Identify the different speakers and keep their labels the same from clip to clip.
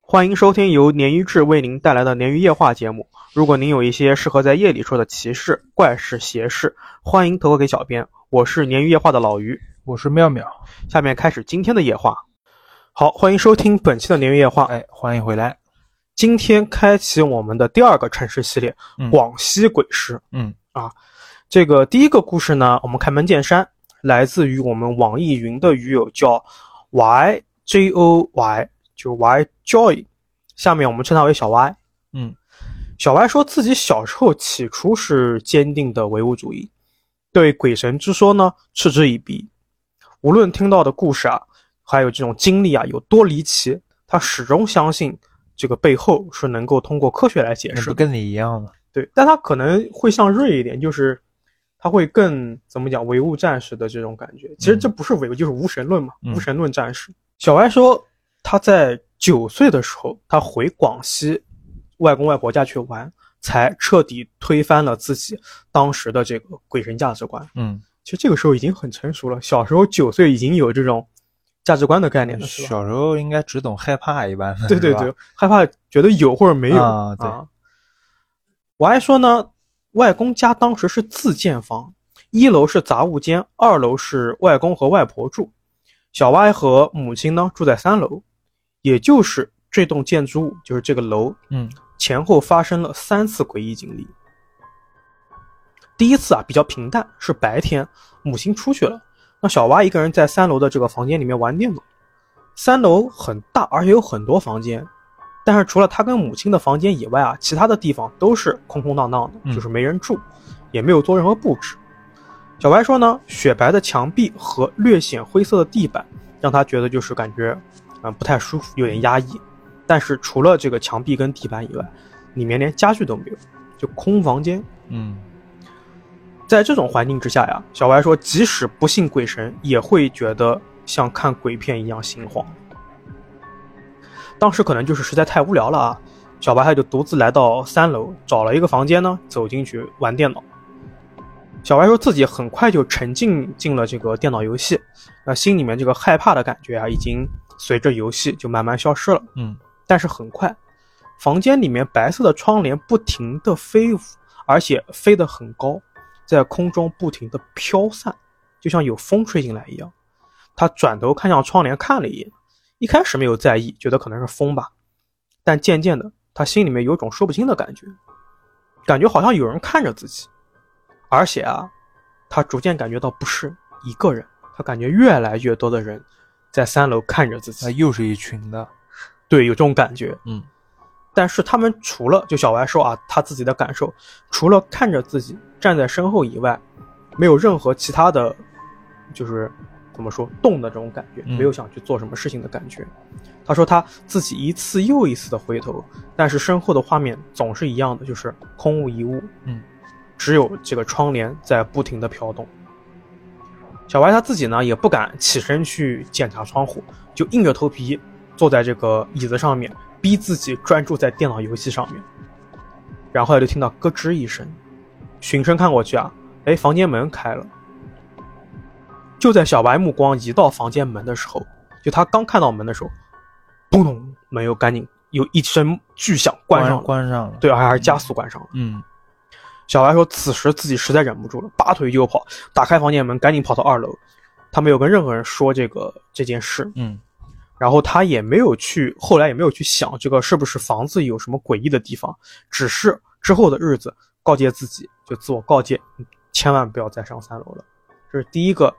Speaker 1: 欢迎收听由鲶鱼志为您带来的鲶鱼夜话节目。如果您有一些适合在夜里说的奇事、怪事、邪事，欢迎投稿给小编。我是鲶鱼夜话的老于，
Speaker 2: 我是妙妙，
Speaker 1: 下面开始今天的夜话。好，欢迎收听本期的鲶鱼夜话。
Speaker 2: 哎，欢迎回来。
Speaker 1: 今天开启我们的第二个城市系列——
Speaker 2: 嗯
Speaker 1: 广西鬼市。啊
Speaker 2: 嗯
Speaker 1: 这个第一个故事呢，我们开门见山，来自于我们网易云的鱼友叫 Y J O Y，就 Y Joy，下面我们称他为小 Y。
Speaker 2: 嗯，
Speaker 1: 小 Y 说自己小时候起初是坚定的唯物主义，对鬼神之说呢嗤之以鼻。无论听到的故事啊，还有这种经历啊有多离奇，他始终相信这个背后是能够通过科学来解
Speaker 2: 那
Speaker 1: 释
Speaker 2: 不。跟你一样吗？
Speaker 1: 对，但他可能会像瑞一点，就是他会更怎么讲唯物战士的这种感觉。其实这不是唯物，就是无神论嘛，
Speaker 2: 嗯
Speaker 1: 无神论战士。小歪说他在九岁的时候，他回广西外公外婆家去玩，才彻底推翻了自己当时的这个鬼神价值观。
Speaker 2: 嗯，
Speaker 1: 其实这个时候已经很成熟了，小时候九岁已经有这种价值观的概念了，是吧？
Speaker 2: 小时候应该只懂害怕一般的，
Speaker 1: 对对
Speaker 2: 是吧
Speaker 1: 对，，害怕觉得有或者没有
Speaker 2: 啊对
Speaker 1: 我还说呢，外公家当时是自建房，一楼是杂物间，二楼是外公和外婆住，小歪和母亲呢住在三楼，也就是这栋建筑物，就是这个楼
Speaker 2: 嗯
Speaker 1: 前后发生了三次诡异经历。第一次啊比较平淡，是白天，母亲出去了，那小蛙一个人在三楼的这个房间里面玩电脑。三楼很大，而且有很多房间，但是除了他跟母亲的房间以外啊，其他的地方都是空空荡荡的，
Speaker 2: 嗯
Speaker 1: 就是没人住，也没有做任何布置。小白说呢，雪白的墙壁和略显灰色的地板，让他觉得就是感觉，嗯、不太舒服，有点压抑。但是除了这个墙壁跟地板以外，里面连家具都没有，就空房间。
Speaker 2: 嗯
Speaker 1: 在这种环境之下呀，小白说，即使不信鬼神，也会觉得像看鬼片一样心慌。当时可能就是实在太无聊了啊，小白他就独自来到三楼，找了一个房间呢，走进去玩电脑。小白说自己很快就沉浸进了这个电脑游戏，那心里面这个害怕的感觉啊，已经随着游戏就慢慢消失了。
Speaker 2: 嗯
Speaker 1: 但是很快，房间里面白色的窗帘不停地飞舞，而且飞得很高，在空中不停地飘散，就像有风吹进来一样。他转头看向窗帘，看了一眼，一开始没有在意，觉得可能是风吧，但渐渐的，他心里面有种说不清的感觉，感觉好像有人看着自己，而且啊，他逐渐感觉到不是一个人，他感觉越来越多的人在三楼看着自己
Speaker 2: 那。又是一群的，
Speaker 1: 对，有这种感觉。
Speaker 2: 嗯，
Speaker 1: 但是他们除了就小白说啊，他自己的感受，除了看着自己站在身后以外，没有任何其他的，就是怎么说动的这种感觉，
Speaker 2: 嗯
Speaker 1: 没有想去做什么事情的感觉。他说他自己一次又一次的回头，但是身后的画面总是一样的，就是空无一物。
Speaker 2: 嗯，
Speaker 1: 只有这个窗帘在不停的飘动。小白他自己呢也不敢起身去检查窗户，就硬着头皮坐在这个椅子上面，逼自己专注在电脑游戏上面。然后他就听到咯吱一声，循声看过去啊，哎，房间门开了。就在小白目光移到房间门的时候，就他刚看到门的时候，砰咚，门又赶紧有一声巨响关上了，
Speaker 2: 关上了，
Speaker 1: 对，还是加速关上了。
Speaker 2: 嗯
Speaker 1: 小白说，此时自己实在忍不住了，拔腿就跑，打开房间门，赶紧跑到二楼。他没有跟任何人说这个这件事，
Speaker 2: 嗯
Speaker 1: 然后他也没有去，后来也没有去想这个是不是房子有什么诡异的地方，只是之后的日子告诫自己，就自我告诫，嗯千万不要再上三楼了。这是第一个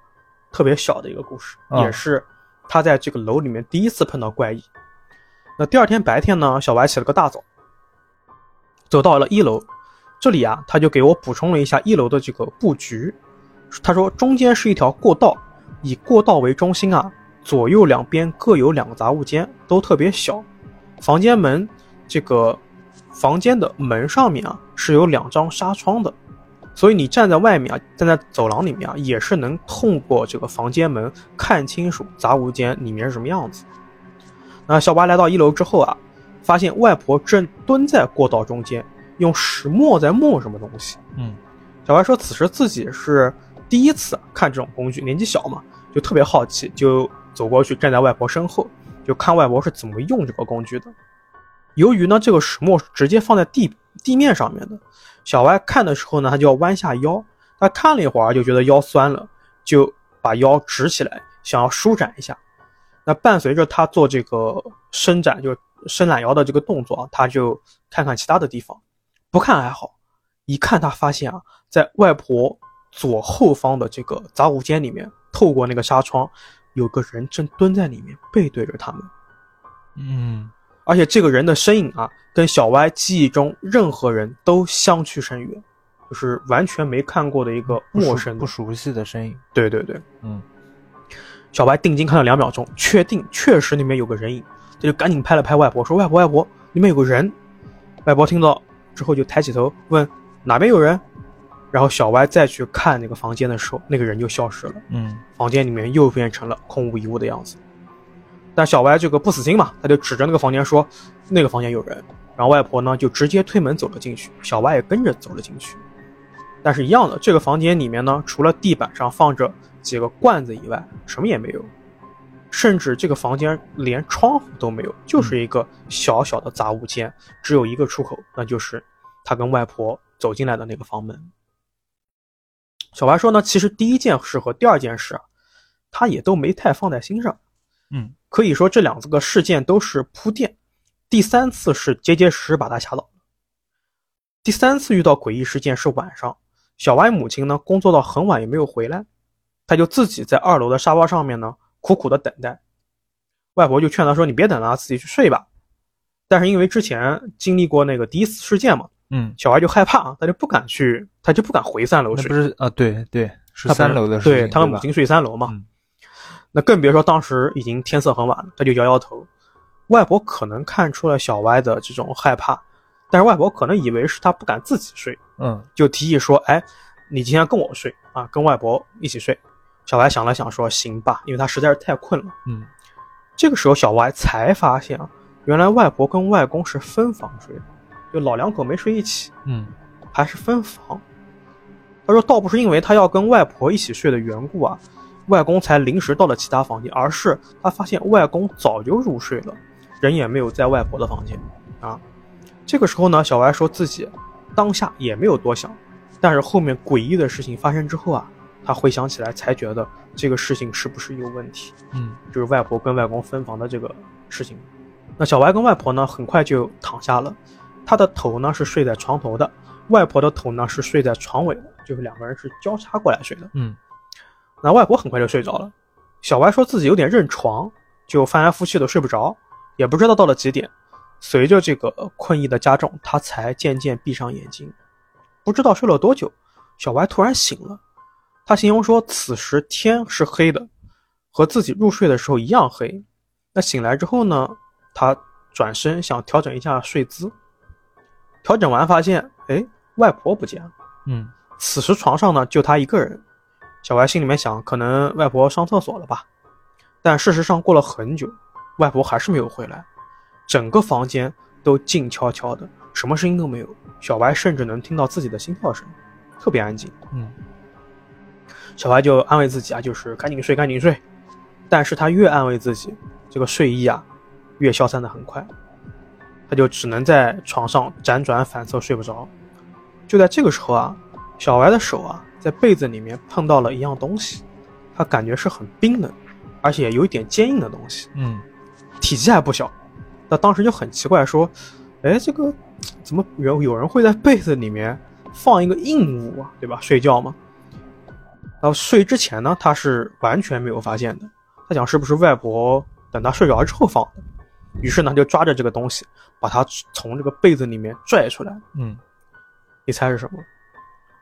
Speaker 1: 特别小的一个故事，
Speaker 2: 啊
Speaker 1: 也是他在这个楼里面第一次碰到怪异。那第二天白天呢，小白起了个大早，走到了一楼，这里啊，他就给我补充了一下一楼的这个布局。他说中间是一条过道，以过道为中心啊，左右两边各有两个杂物间，都特别小。房间门这个房间的门上面啊是有两张纱窗的，所以你站在外面啊，站在走廊里面啊，也是能透过这个房间门看清楚杂物间里面是什么样子。那小白来到一楼之后啊，发现外婆正蹲在过道中间，用石磨在磨什么东西。
Speaker 2: 嗯
Speaker 1: 小白说，此时自己是第一次看这种工具，年纪小嘛，就特别好奇，就走过去站在外婆身后，就看外婆是怎么用这个工具的。由于呢这个石磨是直接放在地地面上面的，小歪看的时候呢，他就要弯下腰，他看了一会儿就觉得腰酸了，就把腰直起来，想要舒展一下。那伴随着他做这个伸展，就是伸懒腰的这个动作啊，他就看看其他的地方，不看还好，一看他发现啊，在外婆左后方的这个杂物间里面，透过那个纱窗，有个人正蹲在里面，背对着他们。
Speaker 2: 嗯，
Speaker 1: 而且这个人的身影啊，跟小歪记忆中任何人都相去甚远，就是完全没看过的一个
Speaker 2: 不熟
Speaker 1: 陌生的
Speaker 2: 不。熟悉的声音，
Speaker 1: 对对对，
Speaker 2: 嗯，
Speaker 1: 小白定睛看了两秒钟，确定确实里面有个人影，他就赶紧拍了拍外婆，说：“外婆，外婆，里面有个人。”外婆听到之后就抬起头问：“哪边有人？”然后小歪再去看那个房间的时候，那个人就消失了，
Speaker 2: 嗯，
Speaker 1: 房间里面又变成了空无一物的样子。但小歪这个不死心嘛，他就指着那个房间说：“那个房间有人。”然后外婆呢就直接推门走了进去，小歪也跟着走了进去。但是，一样的，这个房间里面呢，除了地板上放着几个罐子以外，什么也没有，甚至这个房间连窗户都没有，就是一个小小的杂物间，只有一个出口，那就是他跟外婆走进来的那个房门。小白说呢，其实第一件事和第二件事啊，他也都没太放在心上。
Speaker 2: 嗯，
Speaker 1: 可以说这两个事件都是铺垫，第三次是结结实实把他吓到了。第三次遇到诡异事件是晚上，小歪母亲呢工作到很晚也没有回来，他就自己在二楼的沙发上面呢苦苦的等待。外婆就劝他说：“你别等了，自己去睡吧。”但是因为之前经历过那个第一次事件嘛，
Speaker 2: 嗯，
Speaker 1: 小歪就害怕，啊他就不敢去，他就不敢回三楼
Speaker 2: 那
Speaker 1: 睡
Speaker 2: 不。是啊，对对，是
Speaker 1: 他本
Speaker 2: 三
Speaker 1: 人
Speaker 2: 楼的事情，
Speaker 1: 对，他和母
Speaker 2: 吧
Speaker 1: 亲睡三楼嘛。
Speaker 2: 嗯
Speaker 1: 那更别说当时已经天色很晚了，他就摇摇头。外婆可能看出了小歪的这种害怕，但是外婆可能以为是他不敢自己睡，
Speaker 2: 嗯
Speaker 1: 就提议说：“哎，你今天跟我睡啊，跟外婆一起睡。”小歪想了想说：“行吧，因为他实在是太困了。
Speaker 2: 嗯，”
Speaker 1: 这个时候，小歪才发现啊，原来外婆跟外公是分房睡的，就老两口没睡一起。
Speaker 2: 嗯
Speaker 1: 还是分房。他说，倒不是因为他要跟外婆一起睡的缘故啊，外公才临时到了其他房间，而是他发现外公早就入睡了，人也没有在外婆的房间啊。这个时候呢，小歪说自己当下也没有多想，但是后面诡异的事情发生之后啊，他回想起来才觉得这个事情是不是有问题。
Speaker 2: 嗯
Speaker 1: 就是外婆跟外公分房的这个事情。那小歪跟外婆呢，很快就躺下了，她的头呢是睡在床头的，外婆的头呢是睡在床尾的，就是两个人是交叉过来睡的。
Speaker 2: 嗯
Speaker 1: 那外婆很快就睡着了，小歪说自己有点认床，就翻来覆去的睡不着，也不知道到了几点。随着这个困意的加重，他才渐渐闭上眼睛。不知道睡了多久，小歪突然醒了。他形容说，此时天是黑的，和自己入睡的时候一样黑。那醒来之后呢，他转身想调整一下睡姿，调整完发现，哎，外婆不见了。
Speaker 2: 嗯
Speaker 1: 此时床上呢就他一个人，小白心里面想，可能外婆上厕所了吧。但事实上过了很久，外婆还是没有回来，整个房间都静悄悄的，什么声音都没有。小白甚至能听到自己的心跳声，特别安静。
Speaker 2: 嗯
Speaker 1: 小白就安慰自己啊，就是赶紧睡，赶紧睡。但是他越安慰自己，这个睡意啊，越消散的很快，他就只能在床上辗转反侧睡不着。就在这个时候啊，小白的手啊在被子里面碰到了一样东西，他感觉是很冰冷，而且有一点坚硬的东西，
Speaker 2: 嗯
Speaker 1: 体积还不小。他当时就很奇怪，说：“哎，这个怎么有有人会在被子里面放一个硬物啊？对吧？睡觉嘛。”然后睡之前呢，他是完全没有发现的。他想是不是外婆等他睡着之后放的？于是呢，就抓着这个东西，把它从这个被子里面拽出来。
Speaker 2: 嗯，
Speaker 1: 你猜是什么？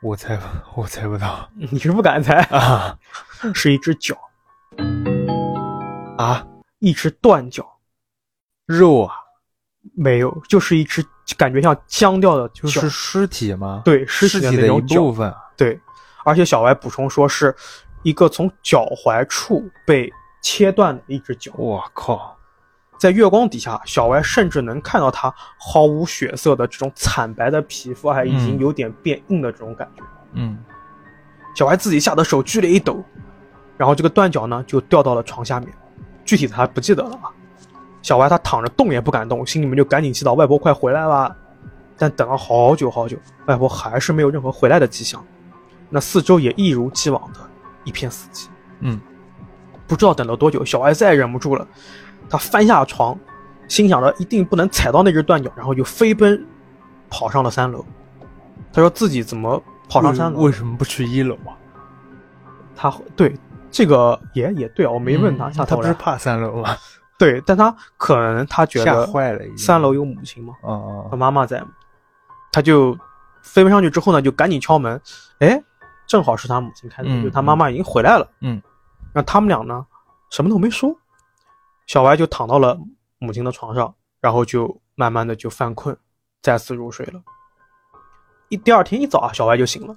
Speaker 2: 我猜不我猜不到
Speaker 1: 你是不敢猜，
Speaker 2: 啊
Speaker 1: 是一只脚，
Speaker 2: 啊，
Speaker 1: 一只断脚，
Speaker 2: 肉啊，
Speaker 1: 没有，就是一只感觉像僵掉的，就
Speaker 2: 就是尸体吗？，
Speaker 1: 对尸
Speaker 2: 尸
Speaker 1: 体的
Speaker 2: 体
Speaker 1: 那
Speaker 2: 的一
Speaker 1: 种脚
Speaker 2: 部。分啊，
Speaker 1: 对，而且小歪补充说是一个从脚踝处被切断的一只脚，
Speaker 2: 我靠，
Speaker 1: 在月光底下，小歪甚至能看到它毫无血色的这种惨白的皮肤，还已经
Speaker 2: 嗯
Speaker 1: 有点变硬的这种感觉。
Speaker 2: 嗯
Speaker 1: 小歪自己吓得手剧烈一抖，然后这个断脚呢就掉到了床下面，具体的还不记得了啊。小歪他躺着动也不敢动，心里面就赶紧祈祷外婆快回来吧。但等了好久好久，外婆还是没有任何回来的迹象。那四周也一如既往的一片死寂。
Speaker 2: 嗯，
Speaker 1: 不知道等了多久，小歪再也忍不住了，他翻下床，心想着一定不能踩到那只断脚，然后就飞奔跑上了三楼。他说自己怎么跑上三楼？
Speaker 2: 为为什么不去一楼啊？
Speaker 1: 他对这个也也对啊，我没问他
Speaker 2: 嗯
Speaker 1: 下
Speaker 2: 他
Speaker 1: 头
Speaker 2: 不
Speaker 1: 来。
Speaker 2: 是怕三楼啊吗？
Speaker 1: 对，但他可能他觉
Speaker 2: 吓
Speaker 1: 得
Speaker 2: 坏了已经，
Speaker 1: 三楼有母亲嘛，
Speaker 2: 嗯，嗯
Speaker 1: 他
Speaker 2: 嗯，
Speaker 1: 妈妈在嘛，他就飞奔上去之后呢，就赶紧敲门，哎，正好是他母亲开的门，
Speaker 2: 嗯
Speaker 1: 就他妈妈已经回来了。
Speaker 2: 嗯，
Speaker 1: 那他们俩呢，什么都没说，小歪就躺到了母亲的床上，然后就慢慢的就犯困，再次入睡了。一第二天一早啊，小歪就醒了，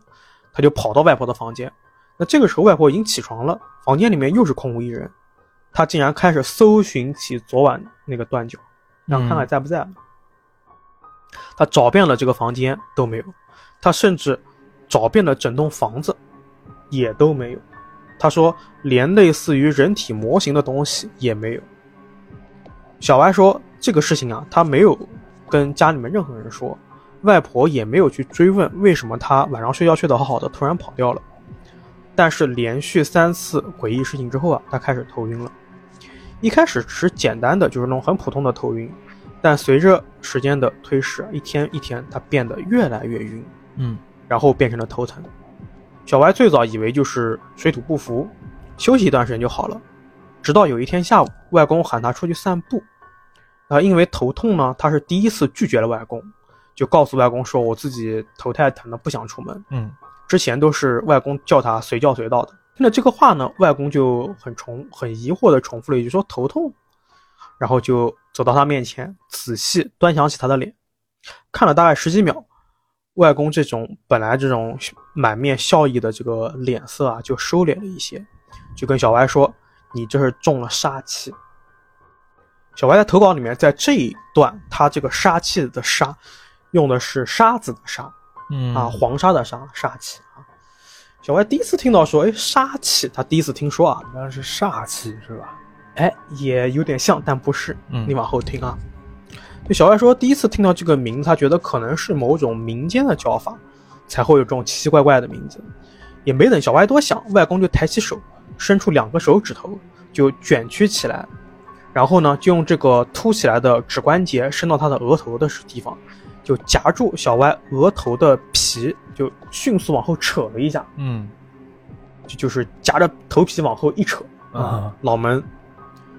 Speaker 1: 他就跑到外婆的房间。那这个时候，外婆已经起床了，房间里面又是空无一人。他竟然开始搜寻起昨晚那个断脚，让看看在不在。他找遍了这个房间都没有，他甚至找遍了整栋房子，也都没有。他说连类似于人体模型的东西也没有。小歪说这个事情啊，他没有跟家里面任何人说，外婆也没有去追问为什么他晚上睡觉睡得好好的，突然跑掉了。但是连续三次诡异事情之后啊，他开始头晕了。一开始只是简单的，就是那种很普通的头晕，但随着时间的推迟，一天一天，他变得越来越晕，
Speaker 2: 嗯
Speaker 1: 然后变成了头疼。小歪最早以为就是水土不服，休息一段时间就好了。直到有一天下午，外公喊他出去散步，然后因为头痛呢，他是第一次拒绝了外公，就告诉外公说我自己头太疼了，不想出门。
Speaker 2: 嗯
Speaker 1: 之前都是外公叫他随叫随到的。听了这个话呢，外公就很重很疑惑的重复了一句说头痛，然后就走到他面前，仔细端详起他的脸，看了大概十几秒，外公这种本来这种满面笑意的这个脸色啊，就收敛了一些，就跟小歪说：“你这是中了杀气。”小歪在投稿里面，在这一段他这个杀气的杀，用的是沙子的沙，
Speaker 2: 嗯
Speaker 1: 啊，黄沙的沙煞气啊。小歪第一次听到说，哎，杀气，他第一次听说啊，
Speaker 2: 那是煞气是吧？
Speaker 1: 哎，也有点像，但不是。
Speaker 2: 嗯
Speaker 1: 你往后听啊。对小歪说，第一次听到这个名字，他觉得可能是某种民间的叫法，才会有这种奇奇怪怪的名字。也没等小歪多想，外公就抬起手，伸出两个手指头，就卷曲起来，然后呢，就用这个凸起来的指关节伸到他的额头的地方，就夹住小歪额头的皮，就迅速往后扯了一下，
Speaker 2: 嗯
Speaker 1: 就就是夹着头皮往后一扯，
Speaker 2: 啊
Speaker 1: 脑门，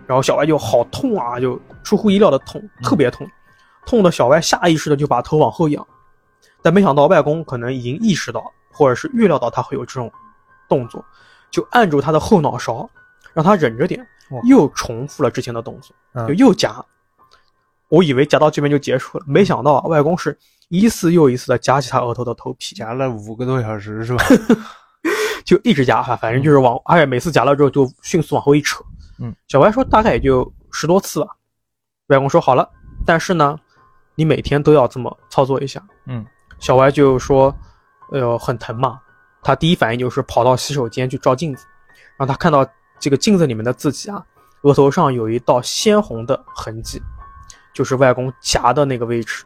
Speaker 1: 然后小歪就好痛啊，就出乎意料的痛，特别痛，痛的小歪下意识的就把头往后仰，但没想到外公可能已经意识到或者是预料到他会有这种动作，就按住他的后脑勺，让他忍着点
Speaker 2: 哇，
Speaker 1: 又重复了之前的动作，
Speaker 2: 嗯
Speaker 1: 就又夹。我以为夹到这边就结束了，没想到啊，外公是一次又一次的夹起他额头的头皮，
Speaker 2: 夹了五个多小时是吧？
Speaker 1: 就一直夹，反反正就是往，而且每次夹了之后就迅速往后一扯。
Speaker 2: 嗯，
Speaker 1: 小白说大概也就十多次吧。外公说好了，但是呢，你每天都要这么操作一下。
Speaker 2: 嗯，
Speaker 1: 小歪就说，哎呦，很疼嘛。他第一反应就是跑到洗手间去照镜子，然后他看到这个镜子里面的自己啊，额头上有一道鲜红的痕迹，就是外公夹的那个位置。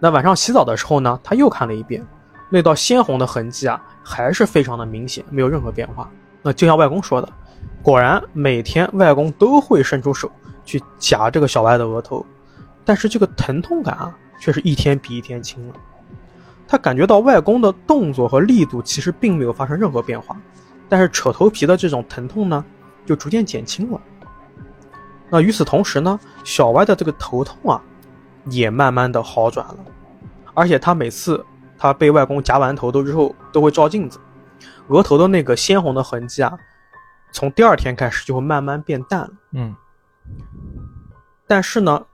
Speaker 1: 那晚上洗澡的时候呢，他又看了一遍，那道鲜红的痕迹啊，还是非常的明显，没有任何变化。那就像外公说的，果然每天外公都会伸出手去夹这个小歪的额头，但是这个疼痛感啊，却是一天比一天轻了。他感觉到外公的动作和力度其实并没有发生任何变化，但是扯头皮的这种疼痛呢，就逐渐减轻了。那与此同时呢，小歪的这个头痛啊，也慢慢的好转了，而且他每次他被外公夹完头都之后，都会照镜子，额头的那个鲜红的痕迹啊，从第二天开始就会慢慢变淡了。
Speaker 2: 嗯
Speaker 1: 但是呢，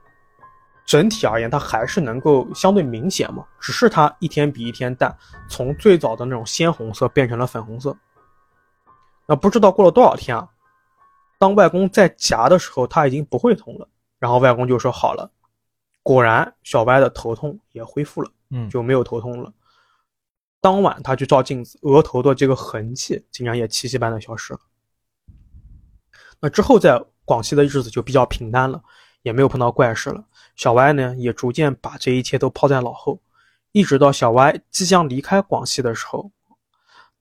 Speaker 1: 整体而言，它还是能够相对明显嘛，只是它一天比一天淡，从最早的那种鲜红色变成了粉红色。那不知道过了多少天啊，当外公在夹的时候，他已经不会痛了。然后外公就说好了，果然小歪的头痛也恢复了。
Speaker 2: 嗯
Speaker 1: 就没有头痛了。当晚他去照镜子，额头的这个痕迹竟然也奇迹般的消失了。那之后在广西的日子就比较平淡了，也没有碰到怪事了。小歪呢，也逐渐把这一切都抛在脑后，一直到小歪即将离开广西的时候，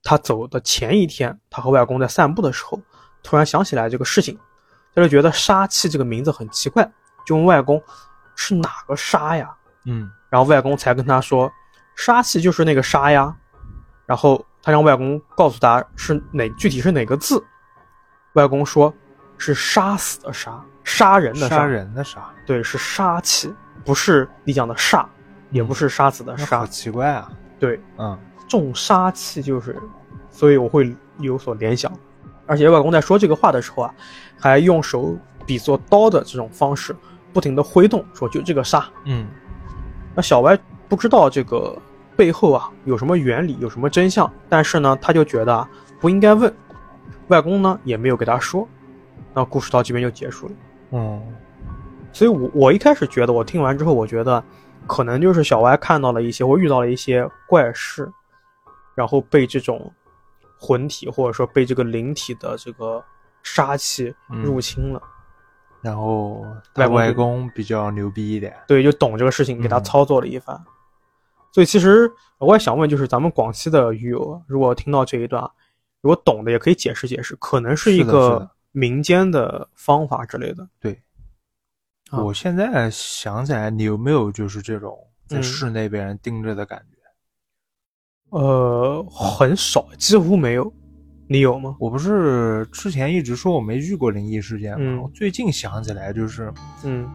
Speaker 1: 他走的前一天，他和外公在散步的时候，突然想起来这个事情，他就觉得“杀气”这个名字很奇怪，就问外公是哪个“杀”呀？
Speaker 2: 嗯，
Speaker 1: 然后外公才跟他说，杀气就是那个杀呀。然后他让外公告诉他是哪具体是哪个字，外公说是杀死的杀，杀人的
Speaker 2: 杀人的杀，
Speaker 1: 对，是杀气，不是你讲的煞，也不是杀死的
Speaker 2: 那
Speaker 1: 杀
Speaker 2: 嗯好，奇怪啊。
Speaker 1: 对，
Speaker 2: 嗯，
Speaker 1: 重杀气就是，所以我会有所联想。而且外公在说这个话的时候啊，还用手比作刀的这种方式，不停的挥动，说就这个杀，
Speaker 2: 嗯，
Speaker 1: 那小歪不知道这个背后啊有什么原理，有什么真相，但是呢，他就觉得啊不应该问。外公呢也没有给他说，那故事到这边就结束了。
Speaker 2: 嗯，
Speaker 1: 所以我，我一开始觉得，我听完之后，我觉得可能就是小歪看到了一些或遇到了一些怪事，然后被这种魂体或者说被这个灵体的这个杀气入侵了。
Speaker 2: 然后他
Speaker 1: 外
Speaker 2: 外
Speaker 1: 公
Speaker 2: 公比较牛逼一点。
Speaker 1: 对，就懂这个事情，给他
Speaker 2: 嗯
Speaker 1: 操作了一番。所以其实我也想问，就是咱们广西的鱼友，如果听到这一段，如果懂的也可以解释解释，可能是一
Speaker 2: 是的是
Speaker 1: 个
Speaker 2: 的
Speaker 1: 民间的方法之类的。
Speaker 2: 对，
Speaker 1: 啊
Speaker 2: 我现在想起来，你有没有就是这种在
Speaker 1: 嗯
Speaker 2: 室内被人盯着的感觉？
Speaker 1: 呃，很少，几乎没有。你有吗？
Speaker 2: 我不是之前一直说我没遇过灵异事件吗？
Speaker 1: 嗯
Speaker 2: 我最近想起来，就是
Speaker 1: 嗯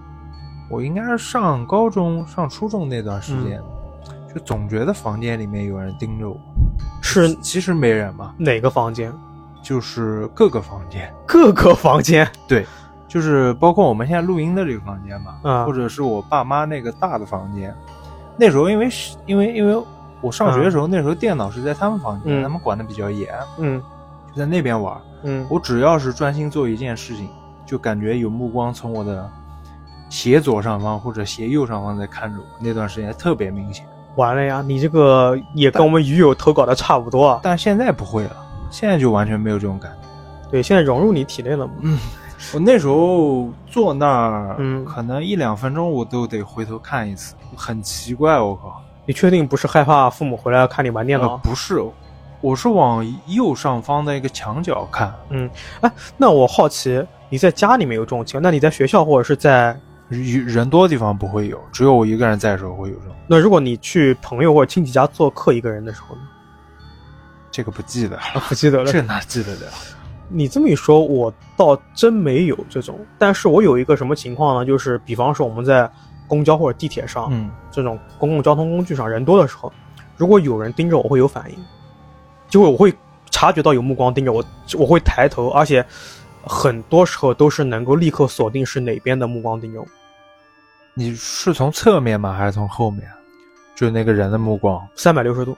Speaker 2: 我应该是上高中、上初中那段时间，
Speaker 1: 嗯
Speaker 2: 就总觉得房间里面有人盯着我。嗯
Speaker 1: 是
Speaker 2: 其实没人嘛，
Speaker 1: 哪个房间？
Speaker 2: 就是各个房间，
Speaker 1: 各个房间。
Speaker 2: 对，就是包括我们现在录音的这个房间嘛，
Speaker 1: 啊
Speaker 2: 或者是我爸妈那个大的房间。那时候因为是因为因为我上学的时候，那时候电脑是在他们房
Speaker 1: 嗯
Speaker 2: 间，他们管的比较严，
Speaker 1: 嗯
Speaker 2: 就在那边玩儿。
Speaker 1: 嗯，
Speaker 2: 我只要是专心做一件事情，就感觉有目光从我的斜左上方或者斜右上方在看着我，那段时间特别明显。
Speaker 1: 完了呀！你这个也跟我们鱼友投稿的差不多啊。
Speaker 2: 但现在不会了，现在就完全没有这种感觉。
Speaker 1: 对，现在融入你体内了嘛。
Speaker 2: 我那时候坐那儿，
Speaker 1: 嗯
Speaker 2: 可能一两分钟我都得回头看一次，很奇怪，我靠。
Speaker 1: 你确定不是害怕父母回来看你玩电
Speaker 2: 呃
Speaker 1: 脑？
Speaker 2: 不是，我是往右上方的一个墙角看，
Speaker 1: 那我好奇，你在家里面有这种情况，那你在学校或者是在
Speaker 2: 人人多的地方不会有，只有我一个人在的时候会有这种。
Speaker 1: 那如果你去朋友或者亲戚家做客一个人的时候呢？
Speaker 2: 这个不记得了，
Speaker 1: 我不记得了。
Speaker 2: 这哪记得了？
Speaker 1: 你这么一说，我倒真没有这种。但是我有一个什么情况呢？就是比方说我们在公交或者地铁上，
Speaker 2: 嗯，
Speaker 1: 这种公共交通工具上人多的时候，如果有人盯着我，我会有反应，就会我会察觉到有目光盯着我，我会抬头，而且很多时候都是能够立刻锁定是哪边的目光盯着我。
Speaker 2: 你是从侧面吗？还是从后面？就那个人的目光，
Speaker 1: 三百六十度，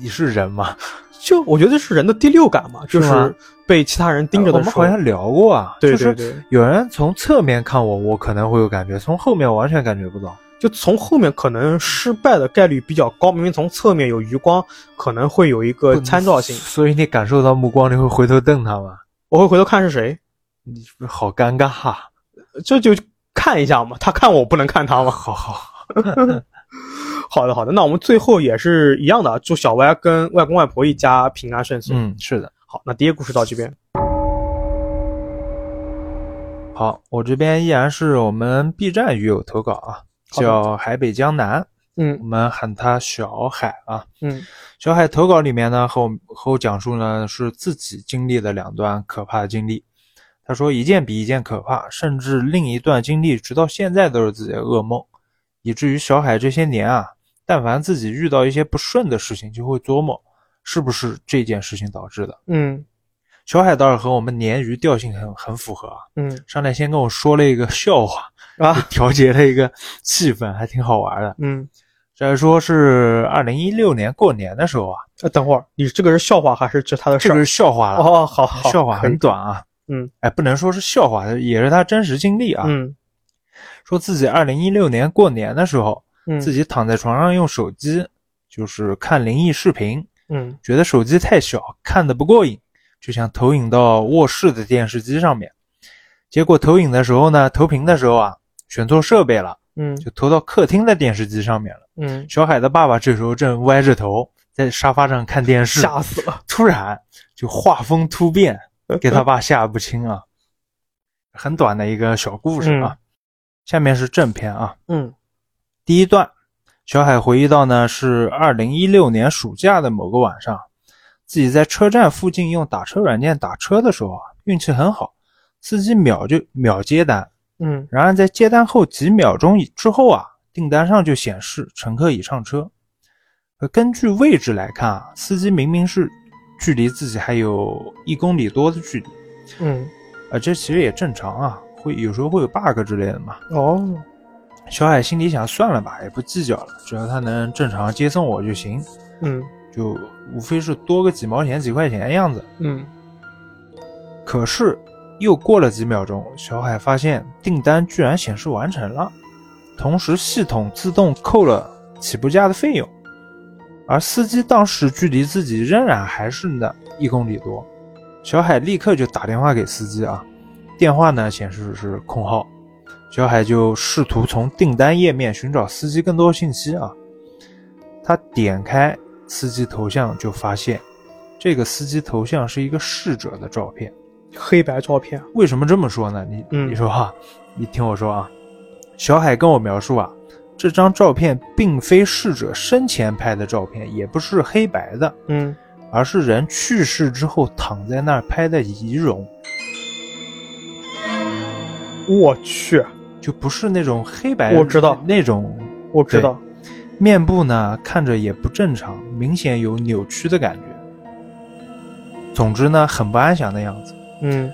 Speaker 2: 你是人吗？
Speaker 1: 就我觉得这是人的第六感嘛，就是
Speaker 2: 吗呃
Speaker 1: 是被其他人盯着
Speaker 2: 我
Speaker 1: 的
Speaker 2: 们
Speaker 1: 时候，
Speaker 2: 好像聊过啊，
Speaker 1: 对
Speaker 2: 就
Speaker 1: 对
Speaker 2: 是
Speaker 1: 对，
Speaker 2: 有人从侧面看我，我可能会有感觉，从后面完全感觉不到。
Speaker 1: 就从后面可能失败的概率比较高，明明从侧面有余光，可能会有一个
Speaker 2: 不
Speaker 1: 参照性，
Speaker 2: 所以你感受到目光，你会回头瞪他吗？
Speaker 1: 我会回头看是谁，
Speaker 2: 你是不是好尴尬啊哈、
Speaker 1: 这就看一下嘛，他看我不能看他嘛。
Speaker 2: 好好，
Speaker 1: 好的，好的，那我们最后也是一样的，祝小歪跟外公外婆一家平安顺遂。
Speaker 2: 嗯，是的。
Speaker 1: 好，那第一个故事到这边，
Speaker 2: 好，我这边依然是我们 B 站鱼友投稿啊，
Speaker 1: 好的
Speaker 2: 叫海北江南，我
Speaker 1: 嗯
Speaker 2: 们喊他小海啊。
Speaker 1: 嗯
Speaker 2: 小海投稿里面呢，和我和我讲述呢是自己经历的两段可怕的经历。他说一件比一件可怕，甚至另一段经历直到现在都是自己的噩梦，以至于小海这些年啊，但凡自己遇到一些不顺的事情，就会琢磨是不是这件事情导致的。
Speaker 1: 嗯
Speaker 2: 小海倒是和我们鲶鱼调性很很符合啊，
Speaker 1: 嗯
Speaker 2: 上来先跟我说了一个笑话， 就
Speaker 1: 啊
Speaker 2: 调节了一个气氛，还挺好玩的。
Speaker 1: 嗯，
Speaker 2: 再说是二零一六年过年的时候啊，
Speaker 1: 呃，等会儿你这个是笑话还是指他的事
Speaker 2: 这
Speaker 1: 儿
Speaker 2: 个是？笑话了，
Speaker 1: 哦，好好，
Speaker 2: 笑话
Speaker 1: 可以
Speaker 2: 很短啊。
Speaker 1: 嗯，
Speaker 2: 哎，不能说是笑话，也是他真实经历啊。
Speaker 1: 嗯
Speaker 2: 说自己二零一六年过年的时候，
Speaker 1: 嗯，
Speaker 2: 自己躺在床上用手机，就是看灵异视频，
Speaker 1: 嗯
Speaker 2: 觉得手机太小，看的不过瘾，就想投影到卧室的电视机上面。结果投影的时候呢，投屏的时候啊，选错设备了，
Speaker 1: 嗯
Speaker 2: 就投到客厅的电视机上面了。
Speaker 1: 嗯，
Speaker 2: 小海的爸爸这时候正歪着头在沙发上看电视，
Speaker 1: 吓死了，
Speaker 2: 突然就画风突变，给他爸吓不轻啊。很短的一个小故事啊，下面是正片啊。
Speaker 1: 嗯
Speaker 2: 第一段，小海回忆到呢，是二零一六年暑假的某个晚上，自己在车站附近用打车软件打车的时候啊，运气很好，司机秒就秒接单。
Speaker 1: 嗯
Speaker 2: 然而在接单后几秒钟以之后啊，订单上就显示乘客已上车。而根据位置来看啊，司机明明是距离自己还有一公里多的距离，
Speaker 1: 嗯，
Speaker 2: 啊，这其实也正常啊，会有时候会有 bug 之类的嘛。
Speaker 1: 哦，
Speaker 2: 小海心里想，算了吧，也不计较了，只要他能正常接送我就行，
Speaker 1: 嗯
Speaker 2: 就无非是多个几毛钱、几块钱的样子。
Speaker 1: 嗯
Speaker 2: 可是又过了几秒钟，小海发现订单居然显示完成了，同时系统自动扣了起步价的费用，而司机当时距离自己仍然还是那一公里多。小海立刻就打电话给司机啊，电话呢显示是空号。小海就试图从订单页面寻找司机更多信息啊。他点开司机头像，就发现这个司机头像是一个逝者的照片。
Speaker 1: 黑白照片，
Speaker 2: 为什么这么说呢？你
Speaker 1: 嗯
Speaker 2: 你说啊，你听我说啊，小海跟我描述啊，这张照片并非逝者生前拍的照片，也不是黑白的，
Speaker 1: 嗯
Speaker 2: 而是人去世之后躺在那儿拍的遗容，
Speaker 1: 我去，
Speaker 2: 就不是那种黑白。
Speaker 1: 我知道
Speaker 2: 那种
Speaker 1: 我知道，
Speaker 2: 面部呢，看着也不正常，明显有扭曲的感觉。总之呢，很不安详的样子。
Speaker 1: 嗯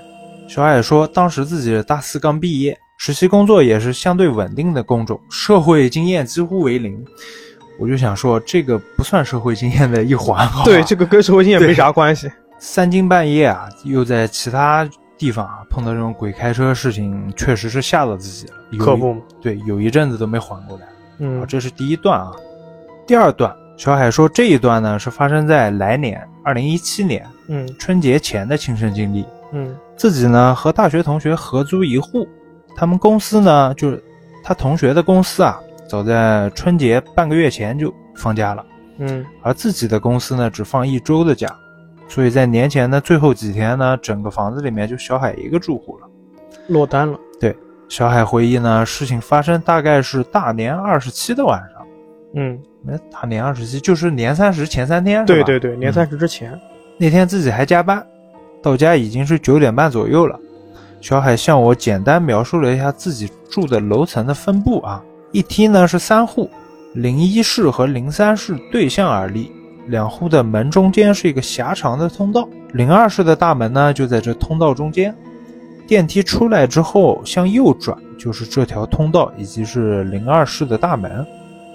Speaker 2: 小海说，当时自己大四刚毕业，实习工作也是相对稳定的工种，社会经验几乎为零。我就想说，这个不算社会经验的一环，好吧
Speaker 1: 对，这个跟社会经验没
Speaker 2: 对
Speaker 1: 啥关系，
Speaker 2: 三更半夜啊，又在其他地方啊碰到这种鬼开车事情，确实是吓到自己了。有一
Speaker 1: 可不嘛，
Speaker 2: 对，有一阵子都没缓过来。啊，
Speaker 1: 嗯
Speaker 2: 这是第一段啊。第二段，小海说这一段呢是发生在来年二零一七年
Speaker 1: 嗯
Speaker 2: 春节前的亲身经历。
Speaker 1: 嗯
Speaker 2: 自己呢和大学同学合租一户，他们公司呢就是他同学的公司啊，早在春节半个月前就放假了，
Speaker 1: 嗯
Speaker 2: 而自己的公司呢只放一周的假，所以在年前的最后几天呢，整个房子里面就小海一个住户了。
Speaker 1: 落单了，
Speaker 2: 小海回忆呢，事情发生大概是大年二十七的晚上。
Speaker 1: 嗯，
Speaker 2: 哎，大年二十七就是年三十前三天，是
Speaker 1: 对嗯
Speaker 2: 吧
Speaker 1: 对对，年三十之前，
Speaker 2: 那天自己还加班，到家已经是九点半左右了。小海向我简单描述了一下自己住的楼层的分布啊，一梯呢是三户，零一室和零三室对向而立，两户的门中间是一个狭长的通道，零二室的大门呢就在这通道中间。电梯出来之后向右转就是这条通道，以及是零二室的大门。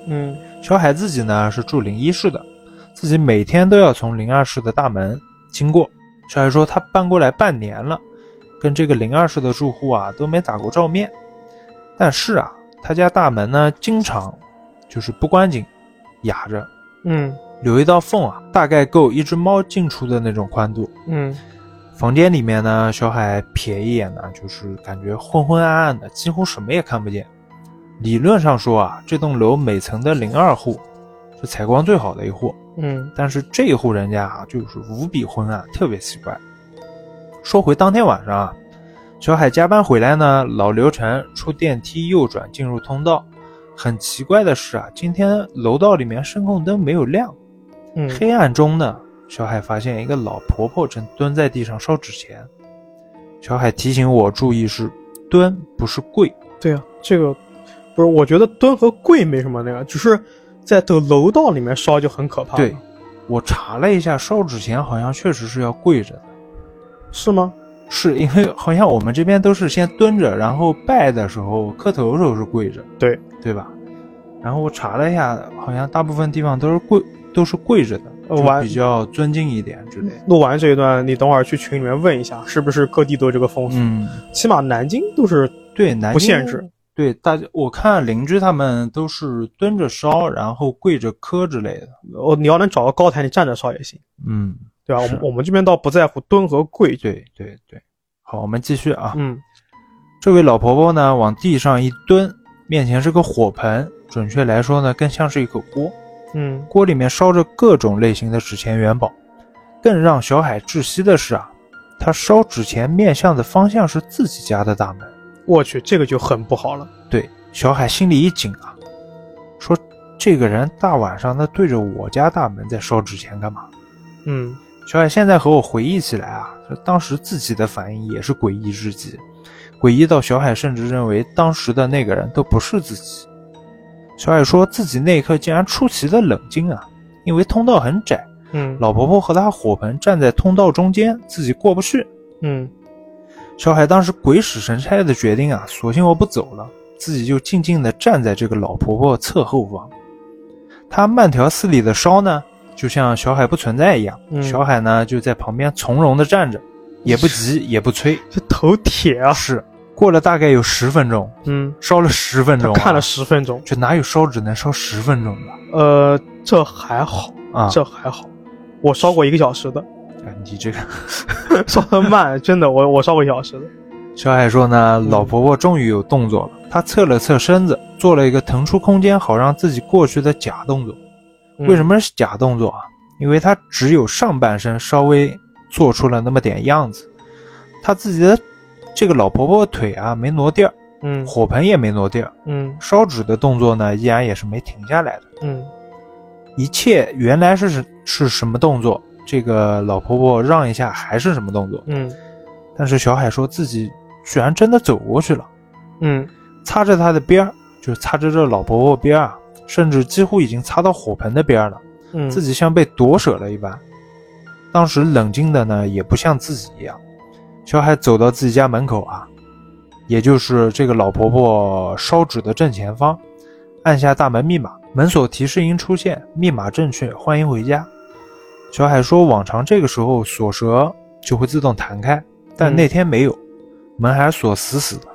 Speaker 1: 嗯
Speaker 2: 小海自己呢是住零一室的，自己每天都要从零二室的大门经过。小海说他搬过来半年了，跟这个零二室的住户啊都没打过照面，但是啊，他家大门呢经常就是不关紧，哑着，
Speaker 1: 嗯
Speaker 2: 有一道缝啊，大概够一只猫进出的那种宽度。
Speaker 1: 嗯
Speaker 2: 房间里面呢，小海瞥一眼呢，就是感觉昏昏暗暗的，几乎什么也看不见。理论上说啊，这栋楼每层的零二户是采光最好的一户，
Speaker 1: 嗯
Speaker 2: 但是这一户人家啊，就是无比昏暗，特别奇怪。说回当天晚上啊，小海加班回来呢，老流程出电梯右转进入通道。很奇怪的是啊，今天楼道里面声控灯没有亮，
Speaker 1: 嗯，
Speaker 2: 黑暗中呢，小海发现一个老婆婆正蹲在地上烧纸钱。小海提醒我注意是蹲，不是跪。
Speaker 1: 对啊，这个不是，我觉得蹲和跪没什么那个，只是在这个楼道里面烧就很可怕。
Speaker 2: 对，，我查了一下，烧纸钱好像确实是要跪着的，
Speaker 1: 是吗？
Speaker 2: 是因为好像我们这边都是先蹲着，然后拜的时候磕头的时候是跪着，
Speaker 1: 对
Speaker 2: 对吧？然后我查了一下，好像大部分地方都是跪，都是跪着的，
Speaker 1: 呃
Speaker 2: 就
Speaker 1: 完
Speaker 2: 比较尊敬一点之类的。
Speaker 1: 录完这一段，你等会儿去群里面问一下，是不是各地都有这个风俗？
Speaker 2: 嗯，
Speaker 1: 起码南京都是，
Speaker 2: 对，南京
Speaker 1: 不限制。
Speaker 2: 对，大家我看邻居他们都是蹲着烧，然后跪着磕之类的。
Speaker 1: 哦，你要能找个高台，你站着烧也行，
Speaker 2: 嗯，
Speaker 1: 对吧？我
Speaker 2: 是
Speaker 1: 们我们这边倒不在乎蹲和跪。
Speaker 2: 对对对。好，我们继续啊。
Speaker 1: 嗯
Speaker 2: 这位老婆婆呢，往地上一蹲，面前是个火盆，准确来说呢，更像是一个锅。
Speaker 1: 嗯
Speaker 2: 锅里面烧着各种类型的纸钱元宝。更让小海窒息的是啊，他烧纸钱面向的方向是自己家的大门。
Speaker 1: 我去，这个就很不好了。
Speaker 2: 对，小海心里一紧啊，说这个人大晚上的对着我家大门在烧纸钱干嘛？
Speaker 1: 嗯
Speaker 2: 小海现在和我回忆起来啊，当时自己的反应也是诡异至极，诡异到小海甚至认为当时的那个人都不是自己。小海说自己那一刻竟然出奇的冷静啊，因为通道很窄，
Speaker 1: 嗯
Speaker 2: 老婆婆和她火盆站在通道中间，自己过不去。
Speaker 1: 嗯
Speaker 2: 小海当时鬼使神差的决定啊，索性我不走了，自己就静静的站在这个老婆婆侧后方。她慢条斯理的烧呢，就像小海不存在一样。
Speaker 1: 嗯
Speaker 2: 小海呢就在旁边从容的站着，也不急也不催。
Speaker 1: 这头铁啊。
Speaker 2: 是过了大概有十分钟，
Speaker 1: 嗯，
Speaker 2: 烧了十分钟
Speaker 1: 他
Speaker 2: 啊、
Speaker 1: 看了十分钟。
Speaker 2: 这哪有烧纸能烧十分钟的
Speaker 1: 呃，这还好，
Speaker 2: 啊？
Speaker 1: 这还好。我烧过一个小时的，
Speaker 2: 啊你这个
Speaker 1: 烧的慢，真的，我我烧过一小时的。
Speaker 2: 小海说呢，老
Speaker 1: 嗯
Speaker 2: 婆婆终于有动作了，她侧了侧身子，做了一个腾出空间好让自己过去的假动作。为什
Speaker 1: 么？
Speaker 2: 么是假动作啊？因为她只有上半身稍微做出了那么点样子，她自己的这个老婆婆腿啊没挪地儿，
Speaker 1: 嗯
Speaker 2: 火盆也没挪地儿，
Speaker 1: 嗯
Speaker 2: 烧纸的动作呢依然也是没停下来的。
Speaker 1: 嗯
Speaker 2: 一切原来是是什么动作，这个老婆婆让一下还是什么动作，
Speaker 1: 嗯
Speaker 2: 但是小海说自己居然真的走过去了。
Speaker 1: 嗯
Speaker 2: 擦着她的边儿，就是擦着这老婆婆边儿啊，甚至几乎已经擦到火盆的边儿了，
Speaker 1: 嗯，
Speaker 2: 自己像被夺舍了一般。当时冷静的呢，也不像自己一样。小海走到自己家门口啊，也就是这个老婆婆烧纸的正前方，按下大门密码，门锁提示音出现，密码正确，欢迎回家。小海说，往常这个时候锁舌就会自动弹开，但
Speaker 1: 嗯
Speaker 2: 那天没有，门还是锁死死的。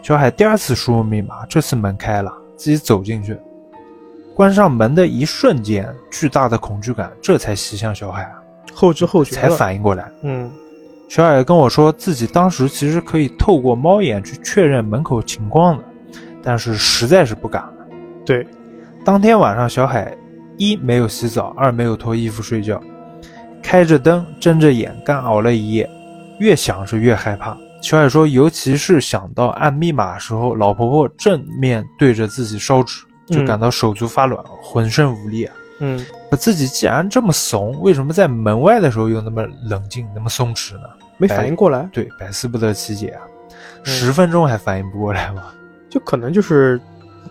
Speaker 2: 小海第二次输入密码，这次门开了，自己走进去，关上门的一瞬间，巨大的恐惧感这才袭向小海，啊
Speaker 1: 后知后觉
Speaker 2: 才
Speaker 1: 了。
Speaker 2: 反应过来。
Speaker 1: 嗯
Speaker 2: 小海跟我说，自己当时其实可以透过猫眼去确认门口情况的，但是实在是不敢了。
Speaker 1: 对，
Speaker 2: 当天晚上，小海一没有洗澡，二没有脱衣服睡觉，开着灯，睁着眼干熬了一夜。越想是越害怕。小海说，尤其是想到按密码的时候，老婆婆正面对着自己烧纸，就
Speaker 1: 嗯
Speaker 2: 感到手足发软，浑身无力啊。
Speaker 1: 嗯
Speaker 2: 自己既然这么怂，为什么在门外的时候又那么冷静、那么松弛呢？
Speaker 1: 没反应过来，
Speaker 2: 对，百思不得其解啊！十分钟还反应不过来吗？
Speaker 1: 就可能就是，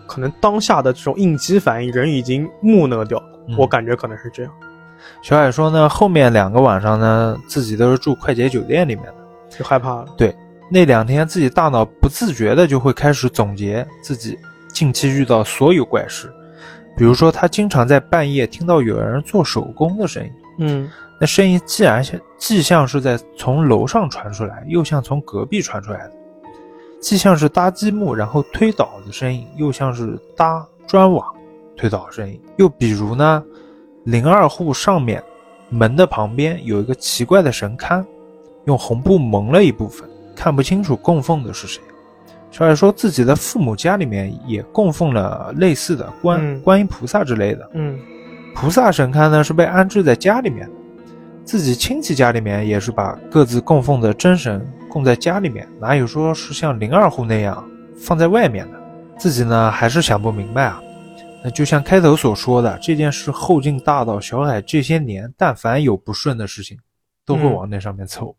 Speaker 1: 可能当下的这种应激反应，人已经木讷掉了。
Speaker 2: 嗯
Speaker 1: 我感觉可能是这样，
Speaker 2: 小海说呢，后面两个晚上呢，自己都是住快捷酒店里面的。
Speaker 1: 就害怕了。
Speaker 2: 那两天自己大脑不自觉的就会开始总结自己近期遇到所有怪事，比如说他经常在半夜听到有人做手工的声音，
Speaker 1: 嗯
Speaker 2: 那声音既然像既像是在从楼上传出来，又像从隔壁传出来的，既像是搭积木然后推倒的声音，又像是搭砖瓦推倒的声音。又比如呢，零二户上面门的旁边有一个奇怪的神龛，用红布蒙了一部分，看不清楚供奉的是谁。小海说自己的父母家里面也供奉了类似的观、
Speaker 1: 嗯
Speaker 2: 观音菩萨之类的，
Speaker 1: 嗯
Speaker 2: 菩萨神龛呢是被安置在家里面的，自己亲戚家里面也是把各自供奉的真神供在家里面，哪有说是像零二户那样放在外面的？自己呢还是想不明白啊。那就像开头所说的，这件事后劲大到小海这些年，但凡有不顺的事情，都会
Speaker 1: 嗯
Speaker 2: 往那上面凑。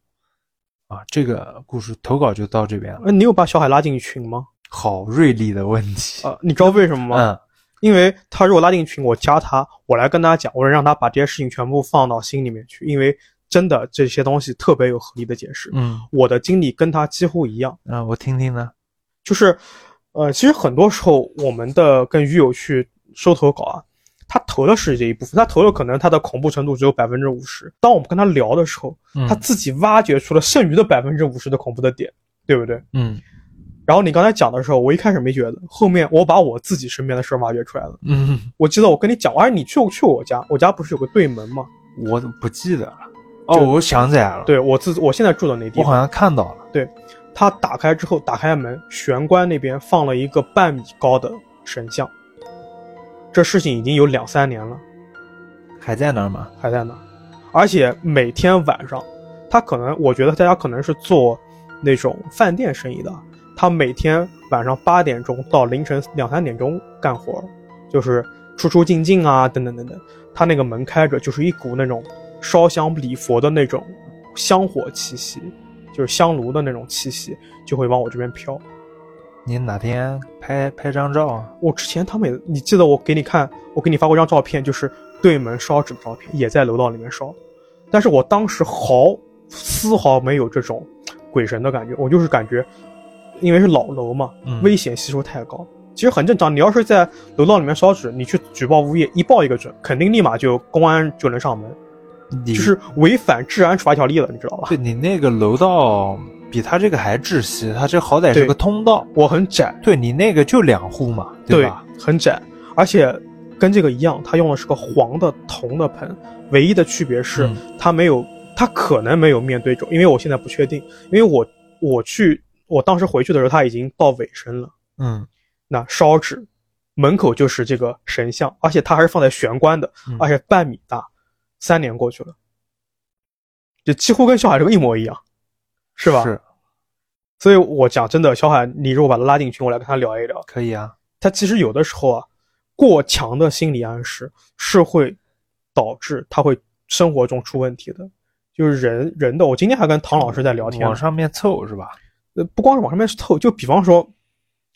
Speaker 2: 啊，这个故事投稿就到这边了。
Speaker 1: 呃，你有把小海拉进群吗？
Speaker 2: 好锐利的问题，
Speaker 1: 啊，你知道为什么吗？
Speaker 2: 嗯，
Speaker 1: 因为他如果拉进群，我加他，我来跟他讲，我让他把这些事情全部放到心里面去，因为真的这些东西特别有合理的解释。
Speaker 2: 嗯
Speaker 1: 我的经历跟他几乎一样，
Speaker 2: 嗯，我听听呢。
Speaker 1: 就是，呃，其实很多时候我们的跟鱼友去收投稿啊，他投的是这一部分，他投的可能他的恐怖程度只有百分之五十，当我们跟他聊的时候，
Speaker 2: 嗯
Speaker 1: 他自己挖掘出了剩余的百分之五十的恐怖的点，对不对？
Speaker 2: 嗯
Speaker 1: 然后你刚才讲的时候，我一开始没觉得，后面我把我自己身边的事儿挖掘出来了。
Speaker 2: 嗯，
Speaker 1: 我记得我跟你讲，哎，你去去我家，我家不是有个对门吗？
Speaker 2: 我不记得了。哦，
Speaker 1: 就
Speaker 2: 我想起来了，
Speaker 1: 对我自我现在住的那地
Speaker 2: 我好
Speaker 1: 方，
Speaker 2: 像看到了。
Speaker 1: 他打开之后，打开门，玄关那边放了一个半米高的神像。这事情已经有两三年了，
Speaker 2: 还在那儿吗？
Speaker 1: 还在那儿，而且每天晚上，他可能我觉得大家可能是做那种饭店生意的，他每天晚上八点钟到凌晨两三点钟干活，就是出出进进啊，等等等等。他那个门开着，就是一股那种烧香礼佛的那种香火气息，就是香炉的那种气息，就会往我这边飘。
Speaker 2: 你哪天拍拍张照啊？
Speaker 1: 我之前他们也，你记得我给你看，我给你发过一张照片，就是对门烧纸的照片，也在楼道里面烧。但是我当时毫丝毫没有这种鬼神的感觉，我就是感觉，因为是老楼嘛，
Speaker 2: 嗯
Speaker 1: 危险系数太高。其实很正常，你要是在楼道里面烧纸，你去举报物业，一报一个准，肯定立马就公安就能上门，
Speaker 2: 你
Speaker 1: 就是违反治安处罚条例了，你知道吧？
Speaker 2: 对你那个楼道比他这个还窒息，他这好歹是
Speaker 1: 对
Speaker 2: 个通道。
Speaker 1: 我很窄，
Speaker 2: 对你那个就两户嘛，
Speaker 1: 对
Speaker 2: 吧？，
Speaker 1: 很窄，而且跟这个一样，它用的是个黄的铜的盆，唯一的区别是、
Speaker 2: 嗯
Speaker 1: 它没有，它可能没有面对着，因为我现在不确定，因为我我去我当时回去的时候，它已经到尾声了，
Speaker 2: 嗯，
Speaker 1: 那烧纸门口就是这个神像，而且它还是放在玄关的，
Speaker 2: 嗯
Speaker 1: 而且半米大，三年过去了，就几乎跟小海这个一模一样，是吧？
Speaker 2: 是
Speaker 1: 所以我讲真的，小海，你如果把他拉进群，我来跟他聊一聊。
Speaker 2: 可以啊。
Speaker 1: 他其实有的时候啊，过强的心理暗示是会导致他会生活中出问题的。就是人人的，我今天还跟唐老师在聊天
Speaker 2: 往，上面凑是吧？
Speaker 1: 呃，不光是往上面凑，就比方说，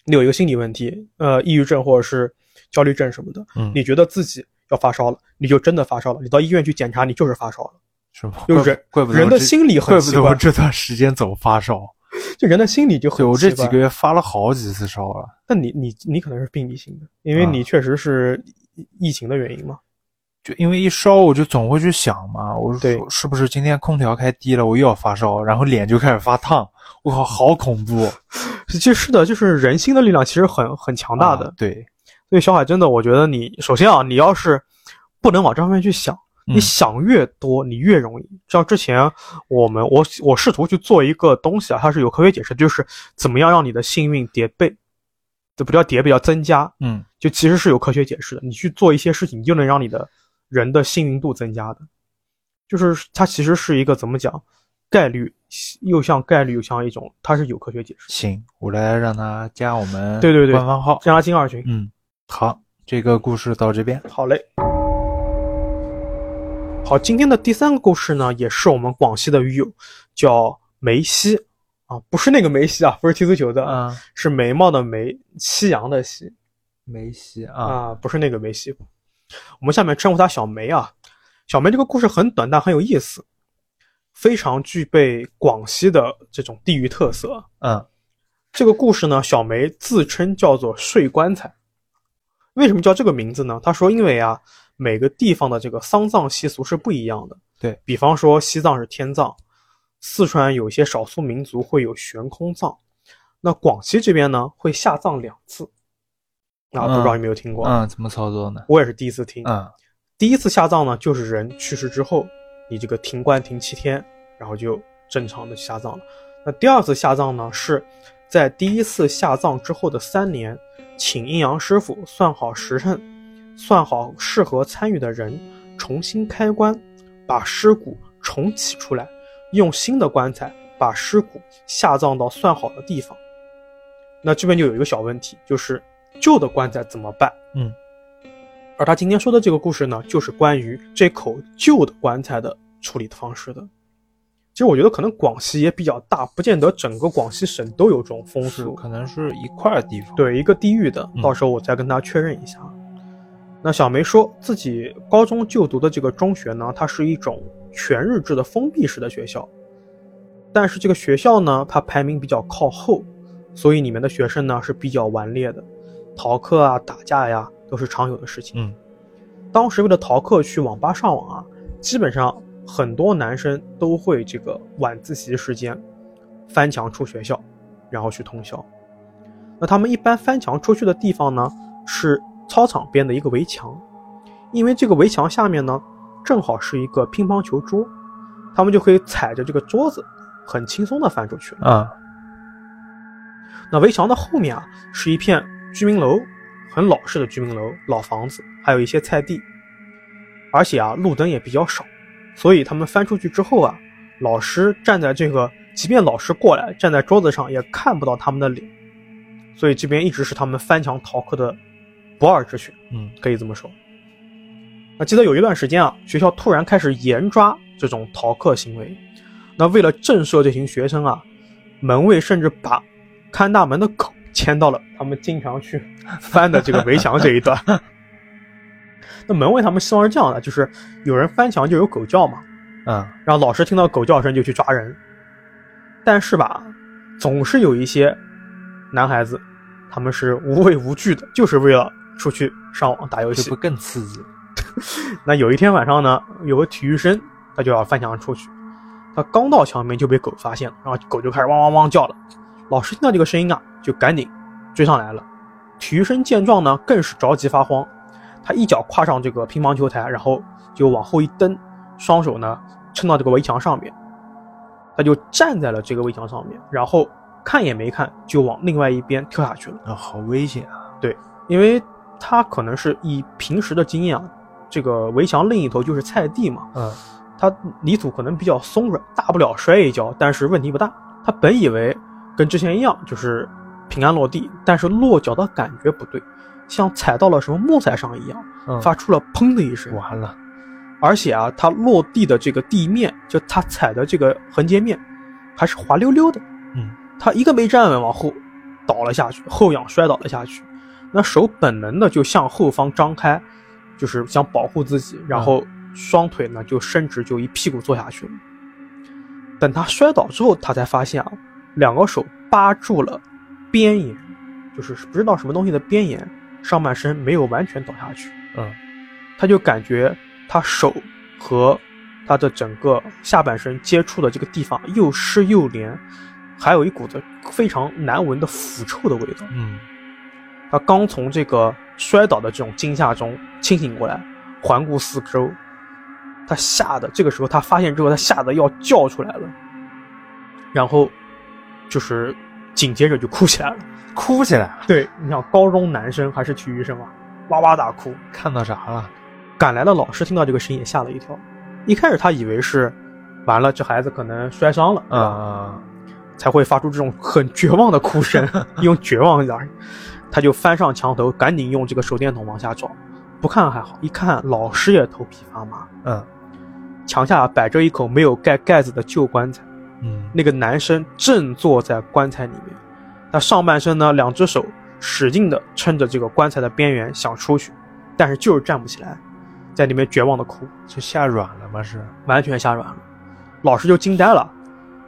Speaker 1: 你有一个心理问题，呃，抑郁症或者是焦虑症什么的，
Speaker 2: 嗯，
Speaker 1: 你觉得自己要发烧了，你就真的发烧了，你到医院去检查，你就是发烧了。
Speaker 2: 是吧？
Speaker 1: 就
Speaker 2: 怪不
Speaker 1: 人
Speaker 2: 怪不得
Speaker 1: 人
Speaker 2: 我
Speaker 1: 的
Speaker 2: 这
Speaker 1: 心理很
Speaker 2: 怪不
Speaker 1: 奇
Speaker 2: 得
Speaker 1: 怪
Speaker 2: 我，这段时间总发烧。
Speaker 1: 就人的心理就
Speaker 2: 对
Speaker 1: 很
Speaker 2: 我这
Speaker 1: 奇
Speaker 2: 几
Speaker 1: 怪。
Speaker 2: 个月发了好几次烧了。
Speaker 1: 那你你你可能是病理性的，因为
Speaker 2: 啊
Speaker 1: 你确实是疫疫情的原因嘛。
Speaker 2: 就因为一烧，我就总会去想嘛，我
Speaker 1: 对
Speaker 2: 说是不是今天空调开低了，我又要发烧，然后脸就开始发烫，我靠，好恐怖，
Speaker 1: 其实是的，就是人心的力量其实很很强大的。
Speaker 2: 啊对，
Speaker 1: 所以小海真的，我觉得你首先啊，你要是不能往这方面去想，
Speaker 2: 嗯
Speaker 1: 你想越多，你越容易。像之前我们我我试图去做一个东西啊，它是有科学解释，就是怎么样让你的幸运叠倍，这不叫叠倍，叫增加，
Speaker 2: 嗯，
Speaker 1: 就其实是有科学解释的。你去做一些事情，你就能让你的人的幸运度增加的，就是它其实是一个怎么讲，概率又像概率又像一种，它是有科学解释的。
Speaker 2: 行，我来让他加我们
Speaker 1: 对对对
Speaker 2: 官方号，
Speaker 1: 加进二群，
Speaker 2: 嗯，好，这个故事到这边，
Speaker 1: 好嘞。好，今天的第三个故事呢，也是我们广西的鱼友，叫梅西啊，不是那个梅西啊，不是踢足球的，
Speaker 2: 啊，
Speaker 1: 是眉毛的眉，夕阳的夕
Speaker 2: 梅西啊，
Speaker 1: 啊，不是那个梅西。我们下面称呼她小梅啊。小梅这个故事很短，但很有意思，非常具备广西的这种地域特色啊。
Speaker 2: 嗯，
Speaker 1: 这个故事呢，小梅自称叫做“睡棺材”。为什么叫这个名字呢？她说，因为啊，每个地方的这个丧葬习俗是不一样的。
Speaker 2: 对
Speaker 1: 比方说，西藏是天葬，四川有些少数民族会有悬空葬，那广西这边呢会下葬两次。啊，
Speaker 2: 嗯
Speaker 1: 不知道有没有听过？
Speaker 2: 嗯，怎么操作呢？
Speaker 1: 我也是第一次听。
Speaker 2: 嗯
Speaker 1: 第一次下葬呢，就是人去世之后，你这个停棺停七天，然后就正常的下葬了。那第二次下葬呢，是在第一次下葬之后的三年，请阴阳师傅算好时辰，算好适合参与的人，重新开棺，把尸骨重起出来，用新的棺材把尸骨下葬到算好的地方。那这边就有一个小问题，就是旧的棺材怎么办？
Speaker 2: 嗯，
Speaker 1: 而他今天说的这个故事呢，就是关于这口旧的棺材的处理方式的。其实我觉得可能广西也比较大，不见得整个广西省都有这种风
Speaker 2: 是
Speaker 1: 俗，
Speaker 2: 可能是一块儿地方，，
Speaker 1: 嗯对一个地域的
Speaker 2: 嗯，
Speaker 1: 到时候我再跟他确认一下。那小梅说自己高中就读的这个中学呢，它是一种全日制的封闭式的学校，但是这个学校呢，它排名比较靠后，所以里面的学生呢是比较顽劣的，逃课啊、打架呀、都是常有的事情。
Speaker 2: 嗯
Speaker 1: 当时为了逃课去网吧上网啊，基本上很多男生都会这个晚自习时间翻墙出学校，然后去通宵。那他们一般翻墙出去的地方呢，是操场边的一个围墙，因为这个围墙下面呢，正好是一个乒乓球桌，他们就可以踩着这个桌子，很轻松的翻出去了。
Speaker 2: 啊，
Speaker 1: 那围墙的后面啊，是一片居民楼，很老式的居民楼、老房子，还有一些菜地。而且啊，路灯也比较少，所以他们翻出去之后啊，老师站在这个，即便老师过来站在桌子上，也看不到他们的脸。所以这边一直是他们翻墙逃课的不二之选，
Speaker 2: 嗯，
Speaker 1: 可以这么说。那记得有一段时间啊，学校突然开始严抓这种逃课行为。那为了震慑这群学生啊，门卫甚至把看大门的狗牵到了他们经常去翻的这个围墙这一段。 那门卫他们希望是这样的，就是有人翻墙就有狗叫嘛，
Speaker 2: 嗯，
Speaker 1: 然后老师听到狗叫声就去抓人。但是吧，总是有一些男孩子，他们是无畏无惧的，就是为了出去上网打游
Speaker 2: 这
Speaker 1: 戏
Speaker 2: 不。更刺激？
Speaker 1: 那有一天晚上呢，有个体育生他就要翻墙出去，他刚到墙边就被狗发现了，然后狗就开始汪汪汪叫了。老师听到这个声音啊，就赶紧追上来了。体育生见状呢，更是着急发慌，他一脚跨上这个乒乓球台，然后就往后一蹬，双手呢撑到这个围墙上面，他就站在了这个围墙上面，然后看也没看就往另外一边跳下去了。
Speaker 2: 啊，好危险啊！
Speaker 1: 因为他可能是以平时的经验啊，这个围墙另一头就是菜地嘛，
Speaker 2: 嗯，
Speaker 1: 他泥土可能比较松软，大不了摔一跤，但是问题不大。他本以为跟之前一样就是平安落地，但是落脚的感觉不对，像踩到了什么木材上一样，
Speaker 2: 嗯
Speaker 1: 发出了砰的一声。
Speaker 2: 完了，
Speaker 1: 而且啊，它落地的这个地面，就它踩的这个横截面，还是滑溜溜的。
Speaker 2: 嗯，
Speaker 1: 他一个没站稳，往后倒了下去，后仰摔倒了下去。那手本能的就向后方张开，就是想保护自己，然后双腿呢就伸直，就一屁股坐下去了。等他摔倒之后，他才发现啊，两个手扒住了边沿，就是不知道什么东西的边沿，上半身没有完全倒下去。
Speaker 2: 嗯，
Speaker 1: 他就感觉他手和他的整个下半身接触的这个地方又湿又黏，还有一股子非常难闻的腐臭的味道。
Speaker 2: 嗯，
Speaker 1: 他刚从这个摔倒的这种惊吓中清醒过来，环顾四周，他吓得这个时候他发现之后，他吓得要叫出来了，然后就是紧接着就哭起来了。
Speaker 2: 哭起来了，
Speaker 1: 对，你想高中男生还是体育生啊，哇哇大哭。
Speaker 2: 看到啥了？
Speaker 1: 赶来的老师听到这个声音也吓了一跳，一开始他以为是完了，这孩子可能摔伤了，
Speaker 2: 啊
Speaker 1: 啊，
Speaker 2: 啊
Speaker 1: 才会发出这种很绝望的哭声，用绝望来，他就翻上墙头，赶紧用这个手电筒往下找，不看还好，一看老师也头皮发麻，
Speaker 2: 嗯
Speaker 1: 墙下摆着一口没有盖盖子的旧棺材，
Speaker 2: 嗯，
Speaker 1: 那个男生正坐在棺材里面，他上半身呢，两只手使劲的撑着这个棺材的边缘想出去，但是就是站不起来，在里面绝望的哭。
Speaker 2: 这吓软了吗？是，
Speaker 1: 完全吓软了。老师就惊呆了，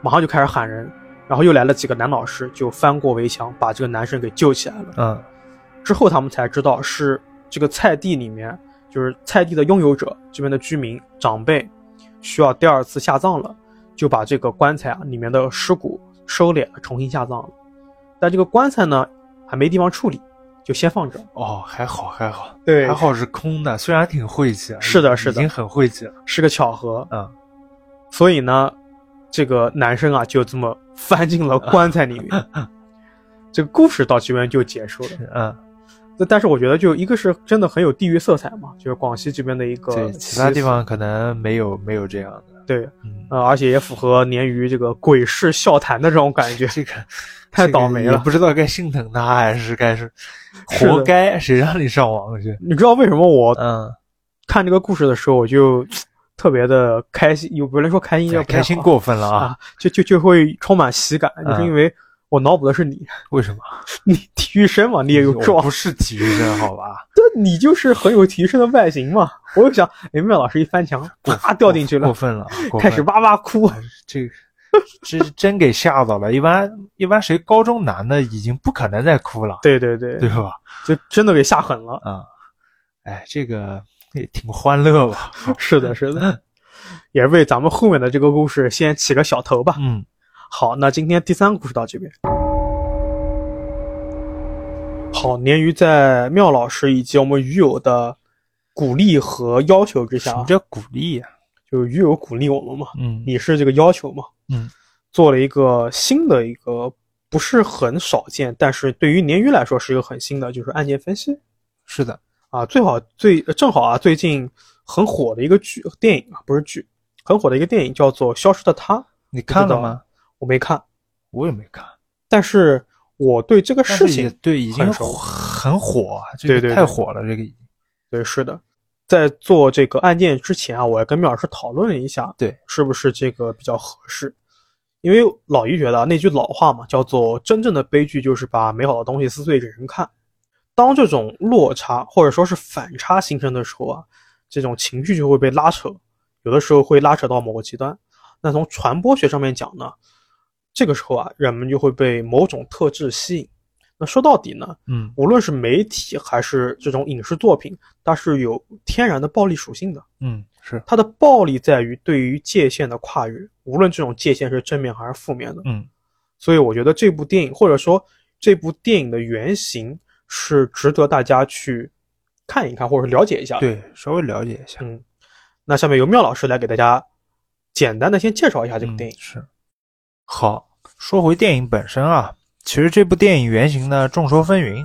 Speaker 1: 马上就开始喊人，然后又来了几个男老师，就翻过围墙把这个男生给救起来了。
Speaker 2: 嗯
Speaker 1: 之后他们才知道是这个菜地里面，就是菜地的拥有者这边的居民长辈需要第二次下葬了，就把这个棺材啊里面的尸骨收敛了，重新下葬了。但这个棺材呢还没地方处理，就先放这儿。
Speaker 2: 哦，还好还好，
Speaker 1: 对
Speaker 2: 还好是空的，虽然挺晦气啊，
Speaker 1: 是的
Speaker 2: 已
Speaker 1: 是的
Speaker 2: 已经很晦气了。
Speaker 1: 是个巧合，
Speaker 2: 嗯
Speaker 1: 所以呢，这个男生啊就这么翻进了棺材 里面。这个故事到这边就结束了。
Speaker 2: 嗯，
Speaker 1: 那但是我觉得，就一个是真的很有地域色彩嘛，就是广西这边的一个
Speaker 2: 对，
Speaker 1: 习俗，
Speaker 2: 其他地方可能没有没有这样的。
Speaker 1: 对，
Speaker 2: 嗯，
Speaker 1: 呃，而且也符合鲶鱼这个鬼市笑谈的这种感觉。
Speaker 2: 这个
Speaker 1: 太
Speaker 2: 这个
Speaker 1: 倒霉
Speaker 2: 也
Speaker 1: 了
Speaker 2: 不知道该心疼他还是该是，
Speaker 1: 是的
Speaker 2: 活该，谁让你上网去？
Speaker 1: 你知道为什么我
Speaker 2: 嗯，
Speaker 1: 看这个故事的时候，我就特别的开心，有不能说开心，要
Speaker 2: 开心过分了啊
Speaker 1: 啊！，就就就会充满喜感，就是
Speaker 2: 嗯
Speaker 1: 因为我脑补的是你，
Speaker 2: 为什么？
Speaker 1: 你体育生嘛，你也有
Speaker 2: 我
Speaker 1: 撞，
Speaker 2: 哎不是体育生，好 吧？
Speaker 1: 这你就是很有提升的外形嘛。我就想，哎，妙老师一翻墙，啪掉进去
Speaker 2: 过
Speaker 1: 了，
Speaker 2: 分了，啊过分
Speaker 1: 开始哇哇哭。
Speaker 2: 这个。这真给吓到了，一般一般谁高中男的已经不可能再哭了，
Speaker 1: 对对对，
Speaker 2: 对吧？
Speaker 1: 就真的给吓狠了。
Speaker 2: 啊、哎，这个也挺欢乐吧？
Speaker 1: 是的，是的，也为咱们后面的这个故事先起个小头吧。
Speaker 2: 嗯，
Speaker 1: 好，那今天第三个故事到这边。好，鲶鱼在妙老师以及我们鱼友的鼓励和要求之
Speaker 2: 什
Speaker 1: 下啊
Speaker 2: 么，叫鼓励呀、
Speaker 1: 就是鱼友鼓励我们嘛，
Speaker 2: 嗯
Speaker 1: 你是这个要求嘛，
Speaker 2: 嗯，
Speaker 1: 做了一个新的一个不是很少见，但是对于鲶鱼来说是一个很新的，就是案件分析
Speaker 2: 是的，
Speaker 1: 啊。最好最呃正好啊，最近很火的一个剧电影啊，不是剧，很火的一个电影叫做《消失的她》，
Speaker 2: 你看了吗？
Speaker 1: 我没看，
Speaker 2: 我也没看，
Speaker 1: 但是我对这个
Speaker 2: 但是
Speaker 1: 事
Speaker 2: 也
Speaker 1: 情，
Speaker 2: 对已经
Speaker 1: 很熟
Speaker 2: 很火，啊这
Speaker 1: 对
Speaker 2: 个
Speaker 1: 对对
Speaker 2: 太火了，这个已经
Speaker 1: 对是的，在做这个案件之前啊，我也跟缪老师讨论了一下，
Speaker 2: 对，
Speaker 1: 是不是这个比较合适？因为老于觉得啊那句老话嘛，叫做“真正的悲剧就是把美好的东西撕碎给人看”。当这种落差或者说是反差形成的时候啊，这种情绪就会被拉扯，有的时候会拉扯到某个极端。那从传播学上面讲呢，这个时候啊，人们就会被某种特质吸引。那说到底呢，
Speaker 2: 嗯
Speaker 1: 无论是媒体还是这种影视作品，它是有天然的暴力属性的。
Speaker 2: 嗯是
Speaker 1: 它的暴力在于对于界限的跨越，无论这种界限是正面还是负面的。
Speaker 2: 嗯
Speaker 1: 所以我觉得这部电影，或者说这部电影的原型，是值得大家去看一看或者了解一下。，
Speaker 2: 对，稍微了解一下
Speaker 1: 嗯那下面由妙老师来给大家简单的先介绍一下这部电影
Speaker 2: 嗯。是。好，说回电影本身啊，其实这部电影原型呢众说纷纭，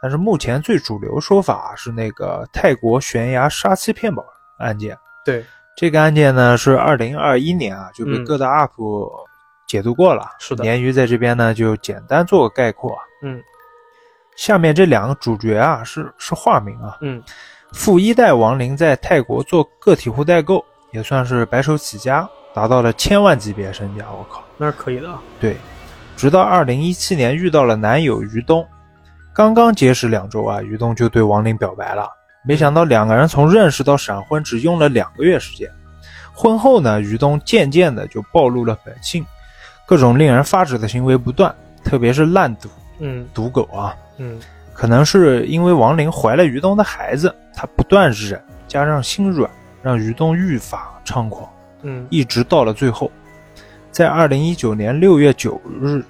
Speaker 2: 但是目前最主流说法是那个泰国悬崖杀妻骗保案件。
Speaker 1: 对，
Speaker 2: 这个案件呢是二零二一年啊就被
Speaker 1: 嗯
Speaker 2: 各大 UP 解读过了，
Speaker 1: 是的
Speaker 2: 鲶鱼在这边呢就简单做个概括啊。
Speaker 1: 嗯
Speaker 2: 下面这两个主角啊是是化名啊，
Speaker 1: 嗯
Speaker 2: 富一代王林在泰国做个体户代购，也算是白手起家，达到了千万级别身家。我靠！
Speaker 1: 那是可以的啊。
Speaker 2: 对，直到二零一七年遇到了男友于东，刚刚结识两周啊，于东就对王林表白了。没想到两个人从认识到闪婚只用了两个月时间。婚后呢，于东渐渐的就暴露了本性，各种令人发指的行为不断，特别是滥赌、
Speaker 1: 嗯
Speaker 2: 赌狗啊。
Speaker 1: 嗯
Speaker 2: 可能是因为王林怀了于东的孩子，他不断忍，加上心软，让于东愈发猖狂。
Speaker 1: 嗯
Speaker 2: 一直到了最后，在二零一九年六月九日，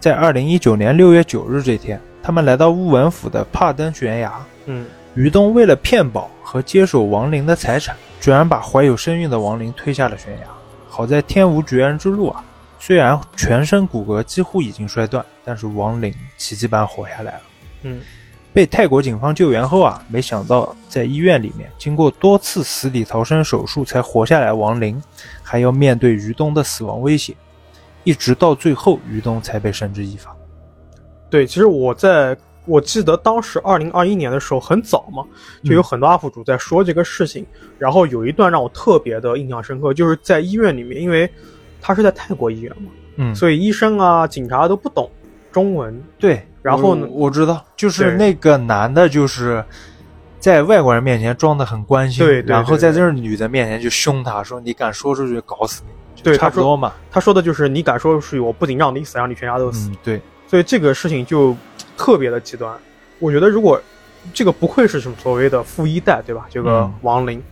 Speaker 2: 在二零一九年六月九日这天，他们来到乌文府的帕登悬崖。
Speaker 1: 嗯
Speaker 2: 于东为了骗保和接手王林的财产，居然把怀有身孕的王林推下了悬崖。好在天无绝人之路啊！虽然全身骨骼几乎已经摔断，但是王林奇迹般活下来了。
Speaker 1: 嗯
Speaker 2: 被泰国警方救援后啊，没想到在医院里面，经过多次死里逃生手术才活下来。王林还要面对于东的死亡威胁，一直到最后，于东才被绳之以法。
Speaker 1: 对，其实我在我记得当时二零二一年的时候很早嘛，就有很多 UP 主在说这个事情。然后有一段让我特别的印象深刻，就是在医院里面，因为他是在泰国医院嘛，
Speaker 2: 嗯，
Speaker 1: 所以医生啊、警察都不懂中文。
Speaker 2: 对。
Speaker 1: 然后呢
Speaker 2: 我我知道，就是
Speaker 1: 对
Speaker 2: 那个男的，就是在外国人面前装的很关心，
Speaker 1: 对对
Speaker 2: 然后
Speaker 1: 对
Speaker 2: 在
Speaker 1: 对
Speaker 2: 这儿女的面前就凶他说：“你敢说出去，搞死你！”就
Speaker 1: 对
Speaker 2: 差
Speaker 1: 他
Speaker 2: 不
Speaker 1: 说
Speaker 2: 多嘛。
Speaker 1: 他说的就是你敢说出去，我不仅让你死，让你全家都死。
Speaker 2: 嗯，对，
Speaker 1: 所以这个事情就特别的极端。我觉得如果这个不愧是什么所谓的富一代，对吧？这个
Speaker 2: 嗯
Speaker 1: 王林，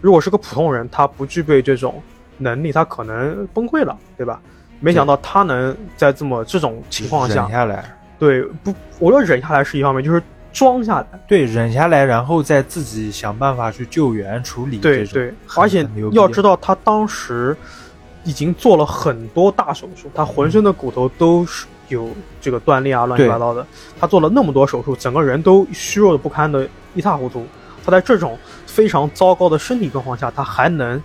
Speaker 1: 如果是个普通人，他不具备这种能力，他可能崩溃了，对吧？没想到他能在这么这种情况下
Speaker 2: 忍，下来，
Speaker 1: 对不？我说忍下来是一方面，就是装下来，
Speaker 2: 对，忍下来，然后再自己想办法去救援处理。
Speaker 1: 对对。而且要知
Speaker 2: 道，
Speaker 1: 道，他当时已经做了很多大手术，他浑身的骨头都是有这个断裂啊，乱七八糟的。他做了那么多手术，整个人都虚弱的不堪的一塌糊涂。他在这种非常糟糕的身体状况下，他还能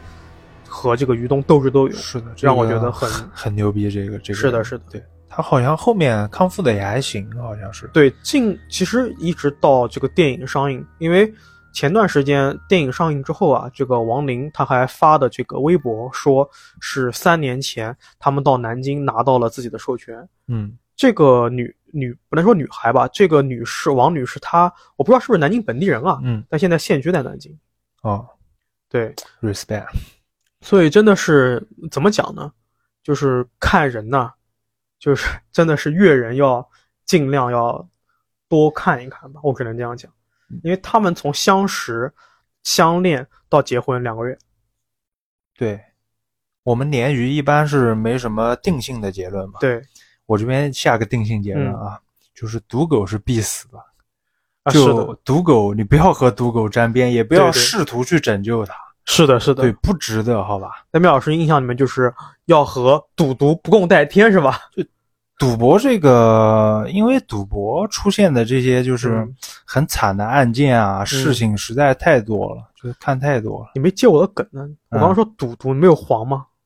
Speaker 1: 和这个于东斗智斗勇，
Speaker 2: 是的，
Speaker 1: 让我
Speaker 2: 这个
Speaker 1: 觉得很
Speaker 2: 很牛逼。这个这个
Speaker 1: 是的是的
Speaker 2: 对他好像后面康复的也还行，好像是。
Speaker 1: 对，近其实一直到这个电影上映，因为前段时间电影上映之后啊，这个王林他还发的这个微博，说是三年前他们到南京拿到了自己的授权。
Speaker 2: 嗯，
Speaker 1: 这个女女不能说女孩吧，这个女士王女士她，我不知道是不是南京本地人啊，
Speaker 2: 嗯
Speaker 1: 但现在现居在南京。
Speaker 2: 哦
Speaker 1: 对，
Speaker 2: ，respect，
Speaker 1: 所以真的是怎么讲呢？就是看人呐、就是 真的是阅人要尽量要多看一看吧，我只能这样讲，因为他们从相识、相恋到结婚两个月，
Speaker 2: 对。我们鲶鱼一般是没什么定性的结论嘛，
Speaker 1: 对，嗯
Speaker 2: 我这边下个定性结论啊，就是赌狗是必死的。
Speaker 1: 啊、是
Speaker 2: 就
Speaker 1: 的，
Speaker 2: 赌狗，你不要和赌狗沾边，也不
Speaker 1: 对
Speaker 2: 要
Speaker 1: 对
Speaker 2: 试图去拯救它，
Speaker 1: 是的，是
Speaker 2: 对，
Speaker 1: 的。
Speaker 2: 不值得，好吧？
Speaker 1: 在缪老师印象里面，就是要和赌毒不共戴天，是吧？
Speaker 2: 赌博这个，因为赌博出现的这些就是
Speaker 1: 嗯
Speaker 2: 很惨的案件啊，事情实在太多了，就是看太多了。
Speaker 1: 你没接我的梗呢？我刚刚说赌徒，你没有黄吗？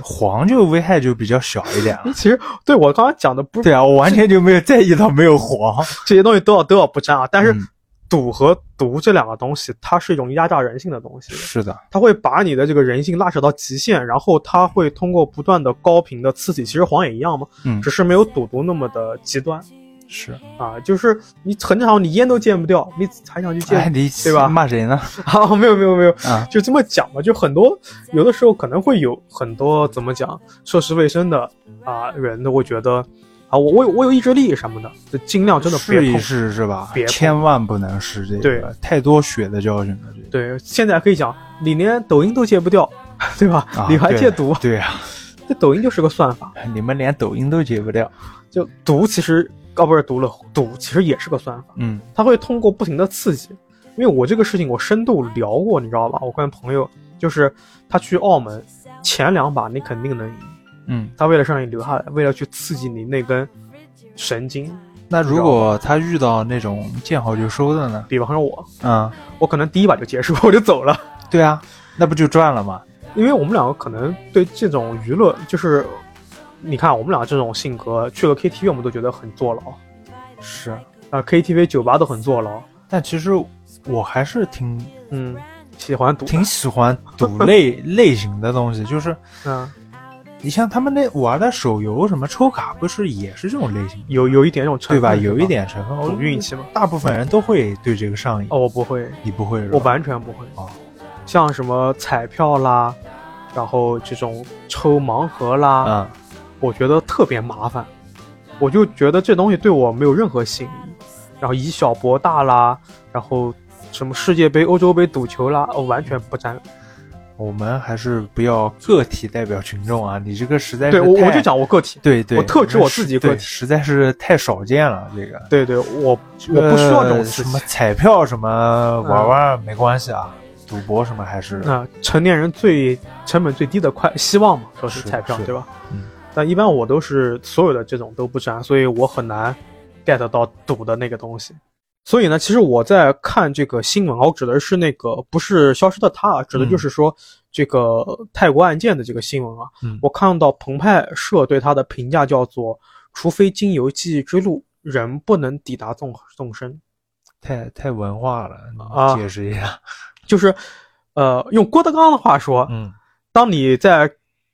Speaker 2: 黄就危害就比较小一点
Speaker 1: 你
Speaker 2: 了。
Speaker 1: 其实对我刚刚讲的不是
Speaker 2: 对啊，我完全就没有在意到没 有黄。
Speaker 1: 这些东西都要都要不沾啊，但是
Speaker 2: 嗯
Speaker 1: 赌和毒这两个东西，它是一种压榨人性的东西，
Speaker 2: 是的，
Speaker 1: 它会把你的这个人性拉扯到极限，然后它会通过不断的高频的刺激，其实黄也一样嘛，
Speaker 2: 嗯
Speaker 1: 只，是没有赌毒那么的极端
Speaker 2: 是。
Speaker 1: 啊，就是你很正常，你烟都戒不掉，你还想去戒？
Speaker 2: 哎，你
Speaker 1: 对吧
Speaker 2: 骂谁呢？
Speaker 1: 啊，没有没有没有，
Speaker 2: 啊，
Speaker 1: 就这么讲吧，就很多有的时候可能会有很多怎么讲涉世未深的啊人，都会觉得啊，我我有我有意志力什么的，就尽量真的别
Speaker 2: 试一
Speaker 1: 碰。
Speaker 2: 试是吧
Speaker 1: 别？碰
Speaker 2: 千万不能试这个
Speaker 1: 对，
Speaker 2: 太多血的教训了。这个
Speaker 1: 对，现在可以讲，你连抖音都戒不掉， 对吧？
Speaker 2: 啊
Speaker 1: 你还
Speaker 2: 对
Speaker 1: 戒毒？
Speaker 2: 对啊，
Speaker 1: 这抖音就是个算法，
Speaker 2: 你们连抖音都解不掉。
Speaker 1: 就毒其实哦不是毒了，赌其实也是个算法，
Speaker 2: 嗯
Speaker 1: 它会通过不停的刺激。因为我这个事情我深度聊过，你知道吧？我跟朋友就是他去澳门前两把你肯定能赢，
Speaker 2: 嗯，
Speaker 1: 他为了让你留下来，为了去刺激你那根神经，
Speaker 2: 那如果他遇到那种见好就收的呢？
Speaker 1: 比方说我，
Speaker 2: 啊，
Speaker 1: 我可能第一把就结束，我 就走了。
Speaker 2: 对啊，那不就赚了吗？
Speaker 1: 因为我们两个可能对这种娱乐，就是你看我们俩这种性格，去了 KTV 我们都觉得很坐牢
Speaker 2: 是，
Speaker 1: 啊，KTV 酒吧都很坐牢。
Speaker 2: 但其实我还是挺
Speaker 1: 嗯，喜欢赌，
Speaker 2: 挺喜欢赌类类型的东西，就是
Speaker 1: 嗯，
Speaker 2: 你像他们那玩的手游什么抽卡，不是也是这种类型的，
Speaker 1: 有有一点这种成
Speaker 2: 对
Speaker 1: 分
Speaker 2: 吧？
Speaker 1: 是
Speaker 2: 有一点成分，我
Speaker 1: 赌运。气嘛。
Speaker 2: 大部分人都会对这个上瘾，
Speaker 1: 哦，我不会，
Speaker 2: 你不会是吧？
Speaker 1: 我完全不会。
Speaker 2: 哦
Speaker 1: 像什么彩票啦，然后这种抽盲盒啦，
Speaker 2: 啊，
Speaker 1: 我觉得特别麻烦，我就觉得这东西对我没有任何吸引力。然后以小博大啦，然后什么世界杯、欧洲杯赌球啦，我完全不沾。
Speaker 2: 我们还是不要个体代表群众啊！你这个实在是
Speaker 1: 对我我
Speaker 2: 太
Speaker 1: 就，讲我个体，
Speaker 2: 对对，
Speaker 1: 我特指我自己
Speaker 2: 对
Speaker 1: 个体
Speaker 2: 实在是太少见了。这个
Speaker 1: 对对，我我不需要这种嗯
Speaker 2: 呃
Speaker 1: 刺
Speaker 2: 什
Speaker 1: 激
Speaker 2: 么。彩票什么玩玩没关系啊，赌博什么还是
Speaker 1: 那、啊成年人最成本最低的快希望嘛，说是
Speaker 2: 是
Speaker 1: 彩票
Speaker 2: 是
Speaker 1: 对吧？
Speaker 2: 嗯
Speaker 1: 但一般我都是所有的这种都不沾，所以我很难 get 到赌的那个东西。所以呢，其实我在看这个新闻啊，我指的是那个不是消失的她啊，指的就是说这个泰国案件的这个新闻啊。
Speaker 2: 嗯
Speaker 1: 我看到澎湃社对他的评价叫做：除非经由记忆之路，人不能抵达纵纵深。
Speaker 2: 太太文化了，你
Speaker 1: 啊
Speaker 2: 解释一下。
Speaker 1: 就是，呃，用郭德纲的话说，
Speaker 2: 嗯，
Speaker 1: 当你在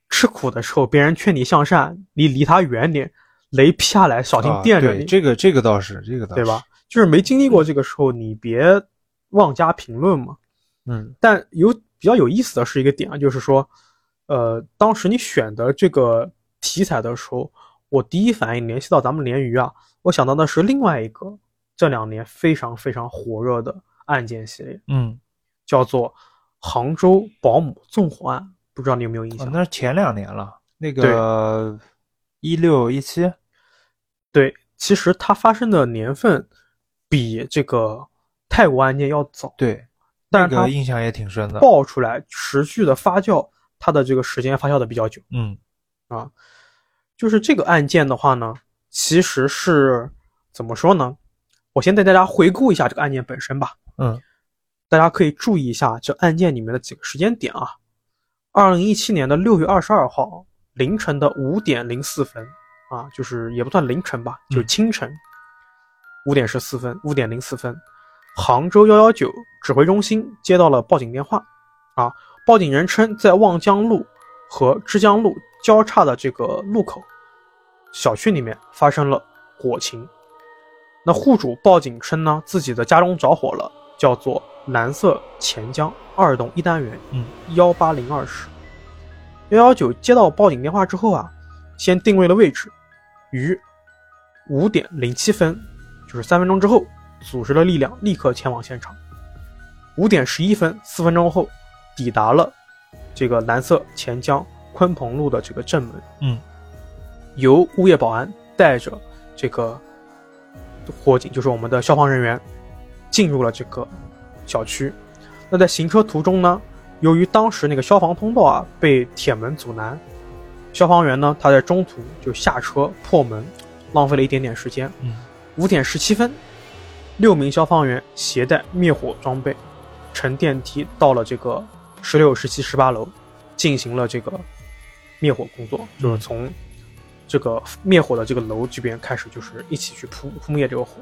Speaker 1: 吃苦的时候，别人劝你向善，你离他远点，雷劈下来，小心
Speaker 2: 啊
Speaker 1: 电着
Speaker 2: 对
Speaker 1: 你，
Speaker 2: 这个这个倒是这个倒是
Speaker 1: 对吧？？就是没经历过这个时候，你别妄加评论嘛。
Speaker 2: 嗯
Speaker 1: 但有比较有意思的是一个点啊，就是说，呃，当时你选的这个题材的时候，我第一反应联系到咱们鲢鱼啊，我想到的是另外一个这两年非常非常火热的案件系列，
Speaker 2: 嗯，
Speaker 1: 叫做杭州保姆纵火案，不知道你有没有印
Speaker 2: 哦
Speaker 1: 象？
Speaker 2: 那是前两年了，那个一六一七
Speaker 1: 对，其实它发生的年份比这个泰国案件要早，
Speaker 2: 对，
Speaker 1: 但
Speaker 2: 那
Speaker 1: 是它
Speaker 2: 个印象也挺深的。
Speaker 1: 爆出来持续的发酵，它的这个时间发酵的比较久。
Speaker 2: 嗯
Speaker 1: 就是这个案件的话呢，其实是怎么说呢？我先带大家回顾一下这个案件本身吧，
Speaker 2: 嗯
Speaker 1: 大家可以注意一下这案件里面的几个时间点啊。二零一七年的六月二十二号凌晨的五点零四分啊，就是也不算凌晨吧，就是
Speaker 2: 嗯
Speaker 1: 清晨五点十四分，五点零四分，杭州幺幺九指挥中心接到了报警电话啊，报警人称在望江路和枝江路交叉的这个路口小区里面发生了火情。那户主报警称呢，自己的家中着火了，叫做蓝色钱江二栋一单元，
Speaker 2: 嗯，
Speaker 1: 幺八零二室。幺幺九接到报警电话之后啊，先定位了位置，于五点零七分，就是三分钟之后，组织了力量立刻前往现场。五点十一分，四分钟后抵达了这个蓝色钱江鲲鹏路的这个正门。
Speaker 2: 嗯，
Speaker 1: 由物业保安带着这个火警，就是我们的消防人员，进入了这个小区。那在行车途中呢，由于当时那个消防通道啊被铁门阻拦，消防员呢，他在中途就下车破门，浪费了一点点时间。
Speaker 2: 嗯，
Speaker 1: 五点十七分，六名消防员携带灭火装备，乘电梯到了这个十六、十七、十八楼，进行了这个灭火工作，就是
Speaker 2: 嗯
Speaker 1: 从这个灭火的这个楼这边开始，就是一起去扑扑灭这个火，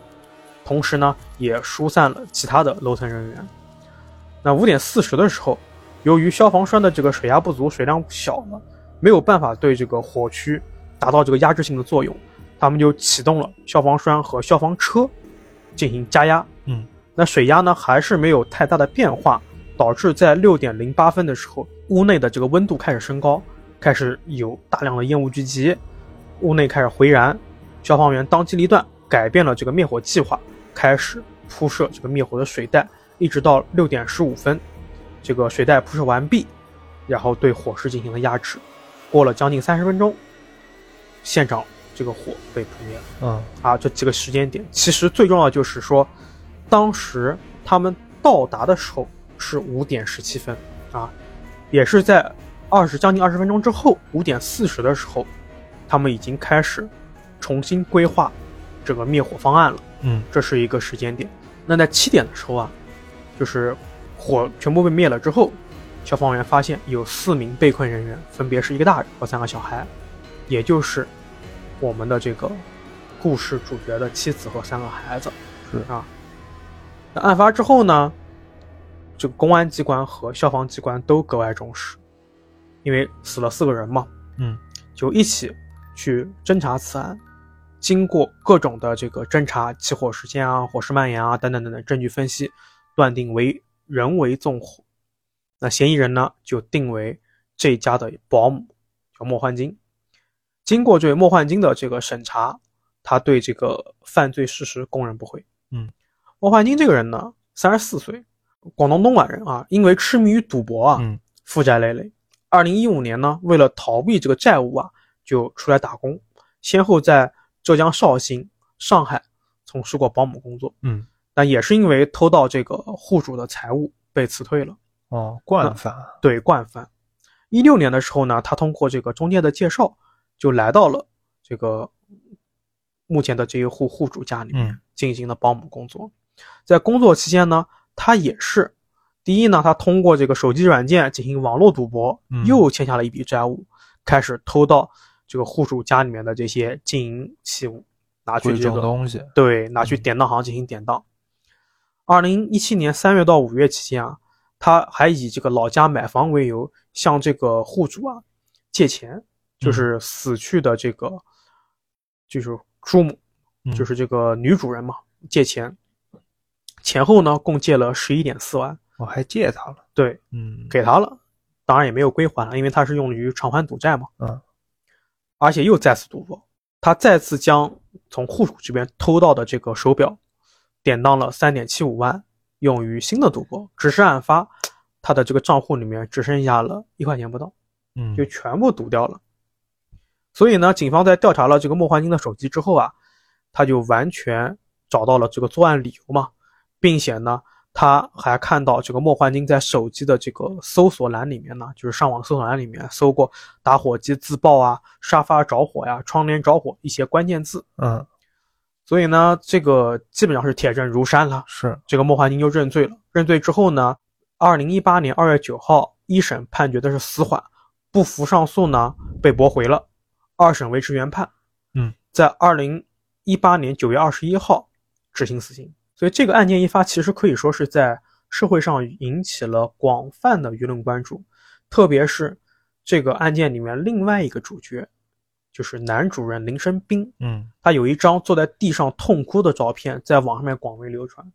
Speaker 1: 同时呢，也疏散了其他的楼层人员。那五点四十的时候，由于消防栓的这个水压不足，水量小了，没有办法对这个火区达到这个压制性的作用，他们就启动了消防栓和消防车进行加压。
Speaker 2: 嗯，
Speaker 1: 那水压呢还是没有太大的变化，导致在六点零八分的时候，屋内的这个温度开始升高，开始有大量的烟雾聚集，屋内开始回燃。消防员当机立断，改变了这个灭火计划，开始铺设这个灭火的水带，一直到六点十五分，这个水带铺设完毕，然后对火势进行了压制。过了将近三十分钟，现场这个火被扑灭了。
Speaker 2: 嗯
Speaker 1: 啊，这几个时间点，其实最重要的就是说，当时他们到达的时候是五点十七分啊，也是在二十将近二十分钟之后，五点四十的时候，他们已经开始重新规划这个灭火方案了。
Speaker 2: 嗯
Speaker 1: 这是一个时间点。那在七点的时候啊，就是火全部被灭了之后，消防员发现有四名被困人员，分别是一个大人和三个小孩，也就是我们的这个故事主角的妻子和三个孩子。
Speaker 2: 是
Speaker 1: 啊。那案发之后呢，这个公安机关和消防机关都格外重视，因为死了四个人嘛，
Speaker 2: 嗯
Speaker 1: 就一起去侦查此案。经过各种的这个侦查，起火时间啊、火势蔓延啊等等等等证据分析，断定为人为纵火。那嫌疑人呢，就定为这家的保姆，叫莫焕晶。经过这位莫焕晶的这个审查，他对这个犯罪事实供认不讳。
Speaker 2: 嗯，
Speaker 1: 莫焕晶这个人呢，三十四岁，广东东莞人啊，因为痴迷于赌博啊，
Speaker 2: 嗯
Speaker 1: 负债累累。二零一五年呢，为了逃避这个债务啊，就出来打工，先后在浙江绍兴、上海从事过保姆工作，
Speaker 2: 嗯，
Speaker 1: 但也是因为偷盗这个户主的财物被辞退了，
Speaker 2: 哦，惯犯，
Speaker 1: 对惯犯。一六年的时候呢，他通过这个中介的介绍，就来到了这个目前的这一户户主家里面。
Speaker 2: 嗯
Speaker 1: 进行了保姆工作。在工作期间呢，他也是，第一呢，他通过这个手机软件进行网络赌博，
Speaker 2: 嗯
Speaker 1: 又欠下了一笔债务，开始偷盗这个户主家里面的这些金银器物，拿去
Speaker 2: 贵
Speaker 1: 这
Speaker 2: 重
Speaker 1: 个
Speaker 2: 东西，
Speaker 1: 对，拿去典当行进行典当。二零一七年三月到五月期间啊，他还以这个老家买房为由，向这个户主啊借钱，就是死去的这个、就是朱母
Speaker 2: 嗯
Speaker 1: 就是这个女主人嘛，借钱，前后呢共借了十一点四万，
Speaker 2: 我还借他了，
Speaker 1: 对，
Speaker 2: 嗯，
Speaker 1: 给他了，当然也没有归还了，因为他是用于偿还赌债嘛，
Speaker 2: 嗯，
Speaker 1: 而且又再次赌博，他再次将从户主这边偷到的这个手表典当了三点七五万，用于新的赌博，只是案发他的这个账户里面只剩下了一块钱不到。
Speaker 2: 嗯
Speaker 1: 就全部堵掉了。所以呢，警方在调查了这个莫焕晶的手机之后啊，他就完全找到了这个作案理由嘛，并且呢，他还看到这个莫焕晶在手机的这个搜索栏里面呢，就是上网搜索栏里面搜过打火机自爆啊、沙发着火呀、窗帘着火一些关键字。
Speaker 2: 嗯
Speaker 1: 所以呢，这个基本上是铁证如山了。
Speaker 2: 是
Speaker 1: 这个莫焕晶就认罪了。认罪之后呢，二零一八年二月九号，一审判决的是死缓，不服上诉呢被驳回了，二审维持原判。
Speaker 2: 嗯，
Speaker 1: 在二零一八年九月二十一号执行死刑。所以这个案件一发，其实可以说是在社会上引起了广泛的舆论关注，特别是这个案件里面另外一个主角，就是男主人林生斌。
Speaker 2: 嗯
Speaker 1: 他有一张坐在地上痛哭的照片，在网上面广为流传。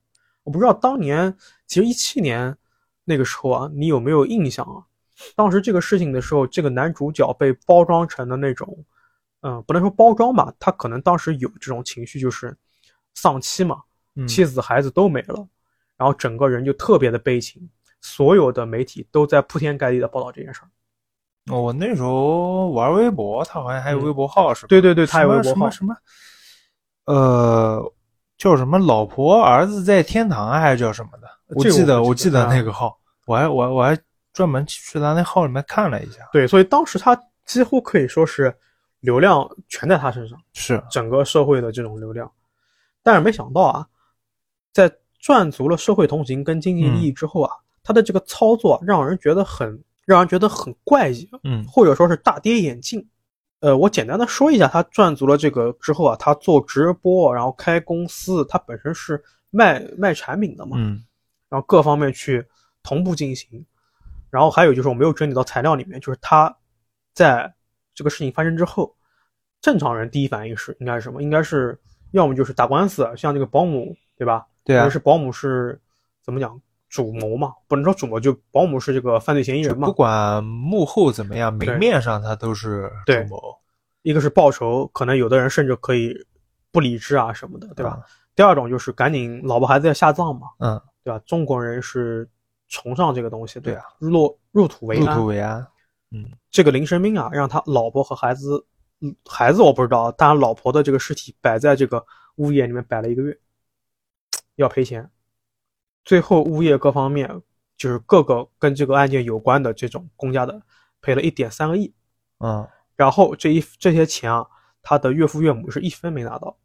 Speaker 1: 我不知道当年，其实一七年那个时候啊，你有没有印象啊？当时这个事情的时候，这个男主角被包装成的那种，嗯、不能说包装吧，他可能当时有这种情绪，就是丧妻嘛，
Speaker 2: 嗯
Speaker 1: 妻子孩子都没了，然后整个人就特别的悲情，所有的媒体都在铺天盖地的报道这件事儿。
Speaker 2: 哦我那时候玩微博，他好像还有微博号是吧？
Speaker 1: 嗯对对对，他有微博
Speaker 2: 什么
Speaker 1: 号，
Speaker 2: 什么什么，呃，叫什么老婆儿子在天堂啊，还是叫什么的？我
Speaker 1: 这个
Speaker 2: 记得
Speaker 1: 我不
Speaker 2: 我
Speaker 1: 记
Speaker 2: 记
Speaker 1: 得
Speaker 2: 得
Speaker 1: 啊
Speaker 2: 那个号，我还我还我还专门去他那号里面看了一下。
Speaker 1: 对，所以当时他几乎可以说是流量全在他身上，
Speaker 2: 是
Speaker 1: 整个社会的这种流量。但是没想到啊，在赚足了社会同情跟经济利益之后啊，他的这个操作让人觉得很让人觉得很怪异，
Speaker 2: 嗯
Speaker 1: 或者说是大跌眼镜。呃，我简单的说一下，他赚足了这个之后啊，他做直播，然后开公司，他本身是卖卖产品的嘛，
Speaker 2: 嗯
Speaker 1: 然后各方面去同步进行。然后还有就是我没有整理到材料里面，就是他在这个事情发生之后，正常人第一反应是应该是什么？应该是要么就是打官司，啊像这个保姆对吧？
Speaker 2: 对啊
Speaker 1: 但，是保姆是怎么讲主谋嘛？不能说主谋，就保姆是这个犯罪嫌疑人嘛
Speaker 2: 不？管幕后怎么样，明
Speaker 1: 对
Speaker 2: 面上他都是主
Speaker 1: 对
Speaker 2: 谋，
Speaker 1: 一个是报仇，可能有的人甚至可以不理智啊什么的，对吧？
Speaker 2: 啊？
Speaker 1: 第二种就是赶紧老婆孩子要下葬嘛，
Speaker 2: 嗯，
Speaker 1: 对吧？中国人是崇尚这个东西，
Speaker 2: 对
Speaker 1: 吧
Speaker 2: 啊，
Speaker 1: 入入土为
Speaker 2: 入
Speaker 1: 安
Speaker 2: 土，为安，
Speaker 1: 这个林生斌啊，让他老婆和孩子，嗯孩子我不知道，但老婆的这个尸体摆在这个物业里面摆了一个月，要赔钱。最后物业各方面就是各个跟这个案件有关的这种公家的赔了一点三个亿，
Speaker 2: 嗯
Speaker 1: 然后这一这些钱啊，他的岳父岳母是一分没拿到。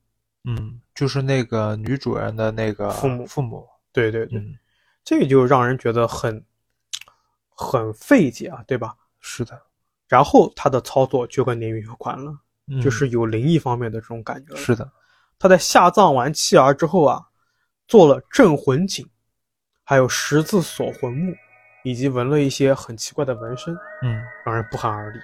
Speaker 2: 嗯，就是那个女主人的那个
Speaker 1: 父母
Speaker 2: 父母，
Speaker 1: 对对对，
Speaker 2: 嗯，
Speaker 1: 这个就让人觉得很很费解啊，对吧？
Speaker 2: 是的，
Speaker 1: 然后他的操作就跟鲶鱼有关了，
Speaker 2: 嗯
Speaker 1: 就是有灵异方面的这种感觉了。
Speaker 2: 是的，
Speaker 1: 他在下葬完妻儿之后啊，做了镇魂井，还有十字锁魂木，以及纹了一些很奇怪的纹身，
Speaker 2: 嗯
Speaker 1: 让人不寒而栗。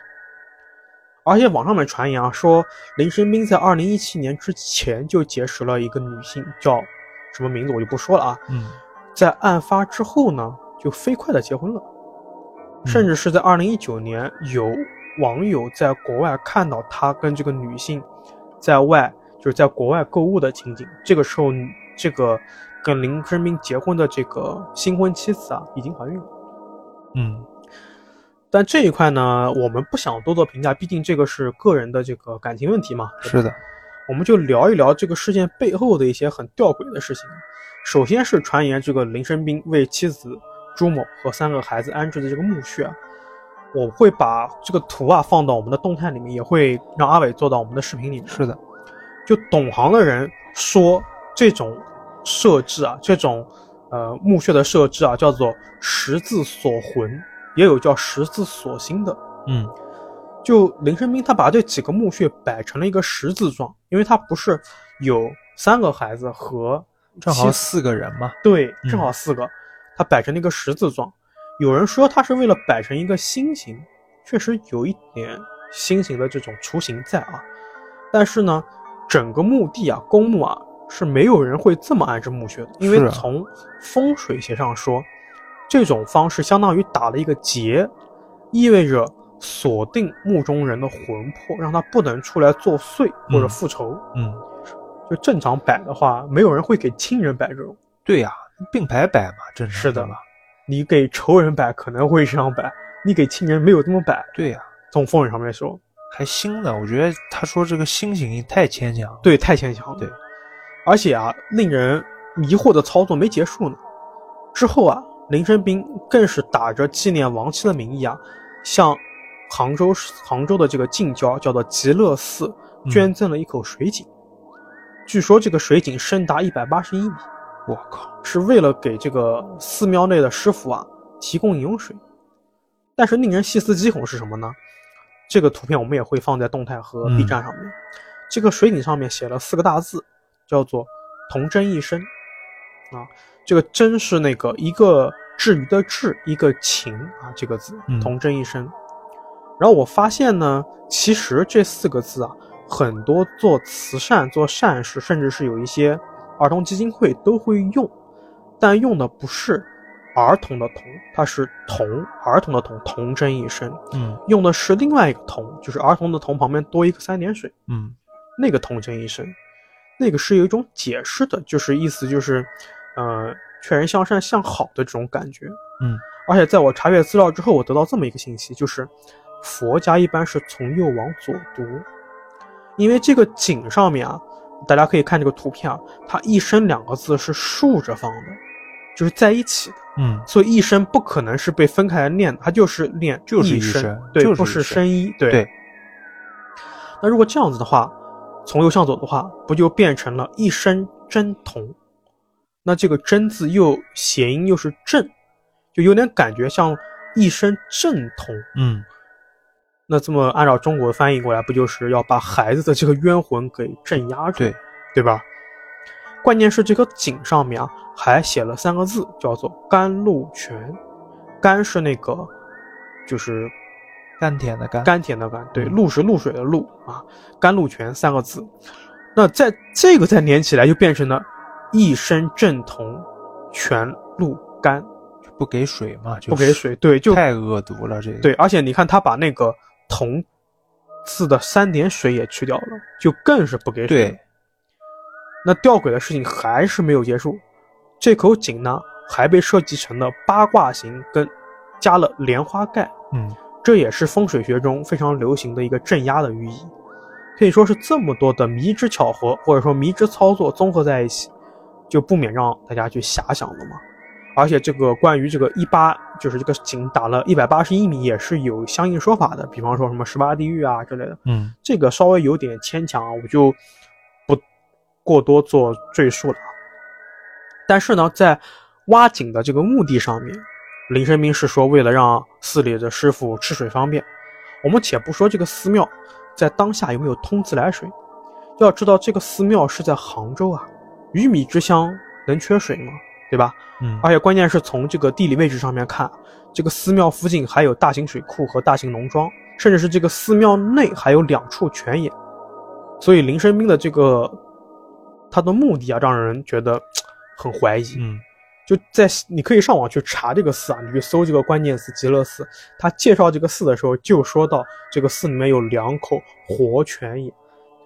Speaker 1: 而且网上面传言啊，说林生斌在二零一七年之前就结识了一个女性，叫什么名字我就不说了啊。
Speaker 2: 嗯，
Speaker 1: 在案发之后呢，就飞快的结婚了，
Speaker 2: 嗯
Speaker 1: 甚至是在二零一九年，有网友在国外看到他跟这个女性在外就是在国外购物的情景。这个时候，女这个跟林生斌结婚的这个新婚妻子啊，已经怀孕了。
Speaker 2: 嗯
Speaker 1: 但这一块呢，我们不想多做评价，毕竟这个是个人的这个感情问题嘛。对吧
Speaker 2: 是的，
Speaker 1: 我们就聊一聊这个事件背后的一些很吊诡的事情。啊首先是传言这个林生斌为妻子朱某和三个孩子安置的这个墓穴啊，我会把这个图啊放到我们的动态里面，也会让阿伟做到我们的视频里面。
Speaker 2: 是的，
Speaker 1: 就懂行的人说，这种设置啊，这种呃墓穴的设置啊，叫做十字锁魂，也有叫十字锁心的。
Speaker 2: 嗯
Speaker 1: 就林生斌他把这几个墓穴摆成了一个十字状，因为他不是有三个孩子和
Speaker 2: 正好
Speaker 1: 妻子
Speaker 2: 四个人嘛，
Speaker 1: 对，
Speaker 2: 嗯
Speaker 1: 正好四个，他摆成了一个十字状。有人说他是为了摆成一个心形，确实有一点心形的这种雏形在啊，但是呢，整个墓地啊，公墓啊是没有人会这么安置墓穴的，因
Speaker 2: 是
Speaker 1: 为
Speaker 2: 啊
Speaker 1: 从风水学上说，这种方式相当于打了一个结，意味着锁定墓中人的魂魄，让他不能出来作祟或者
Speaker 2: 嗯
Speaker 1: 复仇。
Speaker 2: 嗯，
Speaker 1: 就正常摆的话，没有人会给亲人摆这种。
Speaker 2: 对呀，并排摆嘛，正常
Speaker 1: 是的
Speaker 2: 的嘛，
Speaker 1: 你给仇人摆可能会这样摆，你给亲人没有这么摆。
Speaker 2: 对呀，
Speaker 1: 从风水上面说，
Speaker 2: 还新呢，我觉得他说这个新型太牵强了，
Speaker 1: 对，太牵强了。
Speaker 2: 对，
Speaker 1: 而且啊，令人迷惑的操作没结束呢。之后啊，林生斌更是打着纪念亡妻的名义啊，向杭州市杭州的这个近郊叫做极乐寺
Speaker 2: 嗯
Speaker 1: 捐赠了一口水井。据说这个水井深达一百八十一米，
Speaker 2: 我靠，
Speaker 1: 是为了给这个寺庙内的师傅啊提供饮用水。但是令人细思极恐是什么呢？这个图片我们也会放在动态和
Speaker 2: 嗯
Speaker 1: B 站上面。这个水井上面写了四个大字，叫做“同真一生”。啊，这个“真”是那个一个至于的“至”，一个“情”啊，这个字
Speaker 2: 嗯
Speaker 1: “同真一生”然后我发现呢，其实这四个字啊，很多做慈善、做善事，甚至是有一些儿童基金会都会用，但用的不是儿童的“童”，它是“童”儿童的“童”，童真一生，
Speaker 2: 嗯
Speaker 1: 用的是另外一个“童”，就是儿童的“童”旁边多一个三点水，
Speaker 2: 嗯
Speaker 1: 那个童真一生，那个是有一种解释的，就是意思就是，呃，劝人向善向好的这种感觉。
Speaker 2: 嗯，
Speaker 1: 而且在我查阅资料之后，我得到这么一个信息，就是佛家一般是从右往左读，因为这个井上面啊，大家可以看这个图片啊，它一生两个字是竖着放的，就是在一起的，
Speaker 2: 嗯，
Speaker 1: 所以一生不可能是被分开来念的，它就是念
Speaker 2: 就是
Speaker 1: 一
Speaker 2: 一
Speaker 1: 生，
Speaker 2: 生
Speaker 1: 对，
Speaker 2: 就
Speaker 1: 不
Speaker 2: 是一
Speaker 1: 是
Speaker 2: 生
Speaker 1: 生一，对。
Speaker 2: 对
Speaker 1: 那如果这样子的话，从右向左的话，不就变成了一生真同？那这个“真”字又谐音又是“正”，就有点感觉像一生正同。
Speaker 2: 嗯，
Speaker 1: 那这么按照中国翻译过来，不就是要把孩子的这个冤魂给镇压住，
Speaker 2: 对，
Speaker 1: 对吧？关键是这个井上面啊，还写了三个字，叫做“甘露泉”。甘是那个，就是
Speaker 2: 甘甜的甘，
Speaker 1: 甘甜的甘，
Speaker 2: 嗯
Speaker 1: 对，露是露水的露啊，甘露泉三个字。那在这个再连起来，就变成了一身正同全露甘，
Speaker 2: 不给水嘛，就是
Speaker 1: 不给，水，对，就
Speaker 2: 太恶毒了，这个，
Speaker 1: 对，而且你看他把那个同字的三点水也去掉了，就更是不给水。
Speaker 2: 对，
Speaker 1: 那吊诡的事情还是没有结束，这口井呢还被设计成了八卦形，跟加了莲花盖，
Speaker 2: 嗯，
Speaker 1: 这也是风水学中非常流行的一个镇压的寓意。可以说是这么多的迷之巧合，或者说迷之操作综合在一起，就不免让大家去遐想了嘛。而且这个关于这个一八，就是这个井打了一百八十一米，也是有相应说法的，比方说什么十八地狱啊之类的。
Speaker 2: 嗯，
Speaker 1: 这个稍微有点牵强，啊我就不过多做赘述了啊。但是呢，在挖井的这个目的上面，林生明是说为了让寺里的师傅吃水方便。我们且不说这个寺庙在当下有没有通自来水，要知道这个寺庙是在杭州啊，鱼米之乡能缺水吗？对吧？
Speaker 2: 嗯，
Speaker 1: 而且关键是从这个地理位置上面看，这个寺庙附近还有大型水库和大型农庄，甚至是这个寺庙内还有两处泉眼，所以林生斌的这个他的目的啊，让人觉得很怀疑。
Speaker 2: 嗯，
Speaker 1: 就在你可以上网去查这个寺啊，你去搜这个关键词“极乐寺”，他介绍这个寺的时候就说到这个寺里面有两口活泉眼。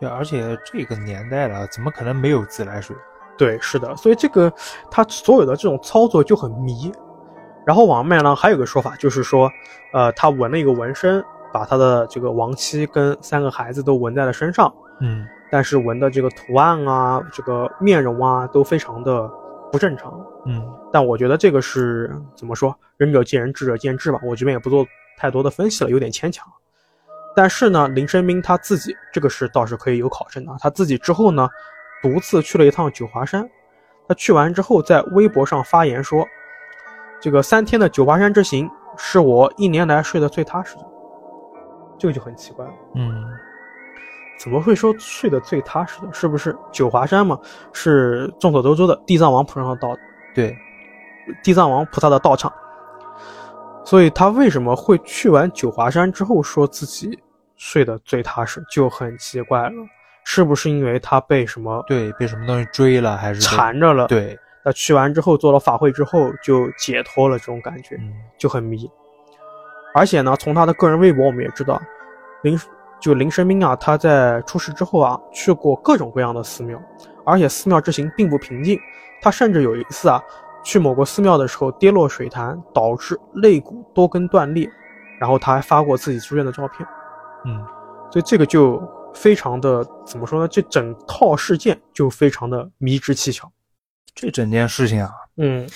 Speaker 2: 对，而且这个年代了，怎么可能没有自来水？
Speaker 1: 对，是的，所以这个他所有的这种操作就很迷。然后王麦呢，还有个说法就是说，呃，他纹了一个纹身，把他的这个亡妻跟三个孩子都纹在了身上，
Speaker 2: 嗯，
Speaker 1: 但是纹的这个图案啊，这个面容啊，都非常的不正常。
Speaker 2: 嗯，
Speaker 1: 但我觉得这个是怎么说，仁者见仁，智者见智吧。我这边也不做太多的分析了，有点牵强。但是呢，林生斌他自己这个是倒是可以有考证的啊。他自己之后呢，独自去了一趟九华山。他去完之后，在微博上发言说：“这个三天的九华山之行是我一年来睡得最踏实的。”这个就很奇怪了。
Speaker 2: 嗯，
Speaker 1: 怎么会说睡得最踏实的？是不是九华山嘛？是众所周知的地藏王菩萨的道
Speaker 2: 对，
Speaker 1: 地藏王菩萨的道场。所以他为什么会去完九华山之后说自己睡得最踏实，就很奇怪了。是不是因为他被什么
Speaker 2: 对，被什么东西追了还是被？
Speaker 1: 缠着了？，
Speaker 2: 对，
Speaker 1: 那去完之后做了法会之后就解脱了，这种感觉
Speaker 2: 嗯，
Speaker 1: 就很迷。而且呢，从他的个人微博我们也知道，林就林神明啊，他在出事之后啊，去过各种各样的寺庙，而且寺庙之行并不平静。他甚至有一次啊，去某个寺庙的时候跌落水潭，导致肋骨多根断裂，然后他还发过自己住院的照片。
Speaker 2: 嗯，
Speaker 1: 所以这个就非常的怎么说呢？这整套事件就非常的迷之蹊跷。
Speaker 2: 这整件事情啊，
Speaker 1: 嗯